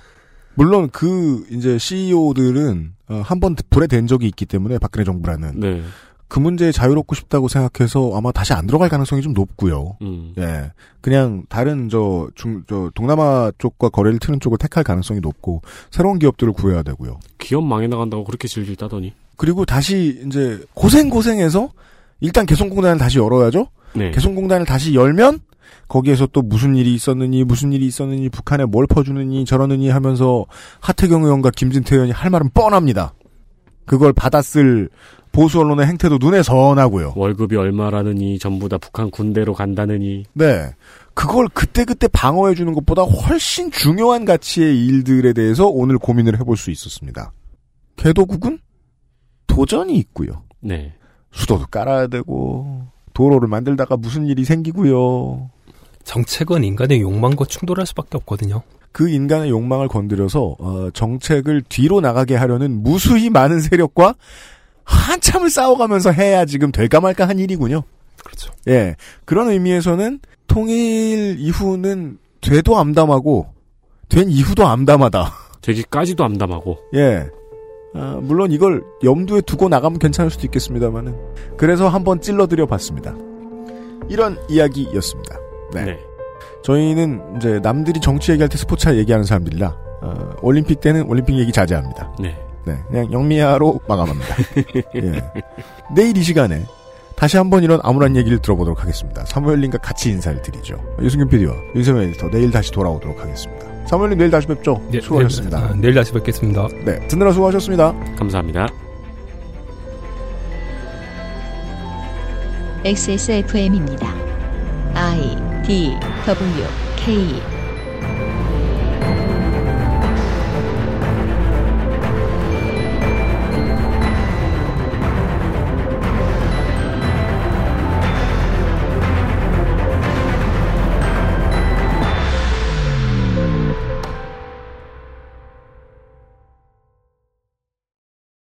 물론 그 이제 CEO들은 어, 한 번 불에 된 적이 있기 때문에 박근혜 정부라는
네.
그 문제에 자유롭고 싶다고 생각해서 아마 다시 안 들어갈 가능성이 좀 높고요.
음.
예. 그냥 다른 저, 중, 저, 동남아 쪽과 거래를 트는 쪽을 택할 가능성이 높고, 새로운 기업들을 구해야 되고요.
기업 망해 나간다고 그렇게 질질 따더니.
그리고 다시 이제 고생고생해서, 일단 개성공단을 다시 열어야죠?
네.
개성공단을 다시 열면, 거기에서 또 무슨 일이 있었느니, 무슨 일이 있었느니, 북한에 뭘 퍼주느니, 저러느니 하면서 하태경 의원과 김진태 의원이 할 말은 뻔합니다. 그걸 받아쓸 보수 언론의 행태도 눈에 선하고요.
월급이 얼마라느니 전부 다 북한 군대로 간다느니
네. 그걸 그때그때 방어해주는 것보다 훨씬 중요한 가치의 일들에 대해서 오늘 고민을 해볼 수 있었습니다. 개도국은 도전이 있고요.
네
수도도 깔아야 되고, 도로를 만들다가 무슨 일이 생기고요.
정책은 인간의 욕망과 충돌할 수밖에 없거든요.
그 인간의 욕망을 건드려서 어, 정책을 뒤로 나가게 하려는 무수히 많은 세력과 한참을 싸워가면서 해야 지금 될까 말까 한 일이군요.
그렇죠.
예. 그런 의미에서는 통일 이후는 돼도 암담하고 된 이후도 암담하다.
되기까지도 암담하고.
예. 아, 물론 이걸 염두에 두고 나가면 괜찮을 수도 있겠습니다만은 그래서 한번 찔러드려 봤습니다. 이런 이야기였습니다. 네. 저희는 이제 남들이 정치 얘기할 때 스포츠 얘기하는 사람들이라 어, 올림픽 때는 올림픽 얘기 자제합니다.
네.
네, 그냥 영미야로 마감합니다. 예. 내일 이 시간에 다시 한번 이런 암울한 얘기를 들어보도록 하겠습니다. 사무엘님과 같이 인사를 드리죠. 유승균 PD와 윤세민 에디터 내일 다시 돌아오도록 하겠습니다. 사무엘님 내일 다시 네, 뵙죠. 수고하셨습니다.
내일, 아, 내일 다시 뵙겠습니다.
네, 듣느라 수고하셨습니다.
감사합니다.
XSFM입니다. I D W K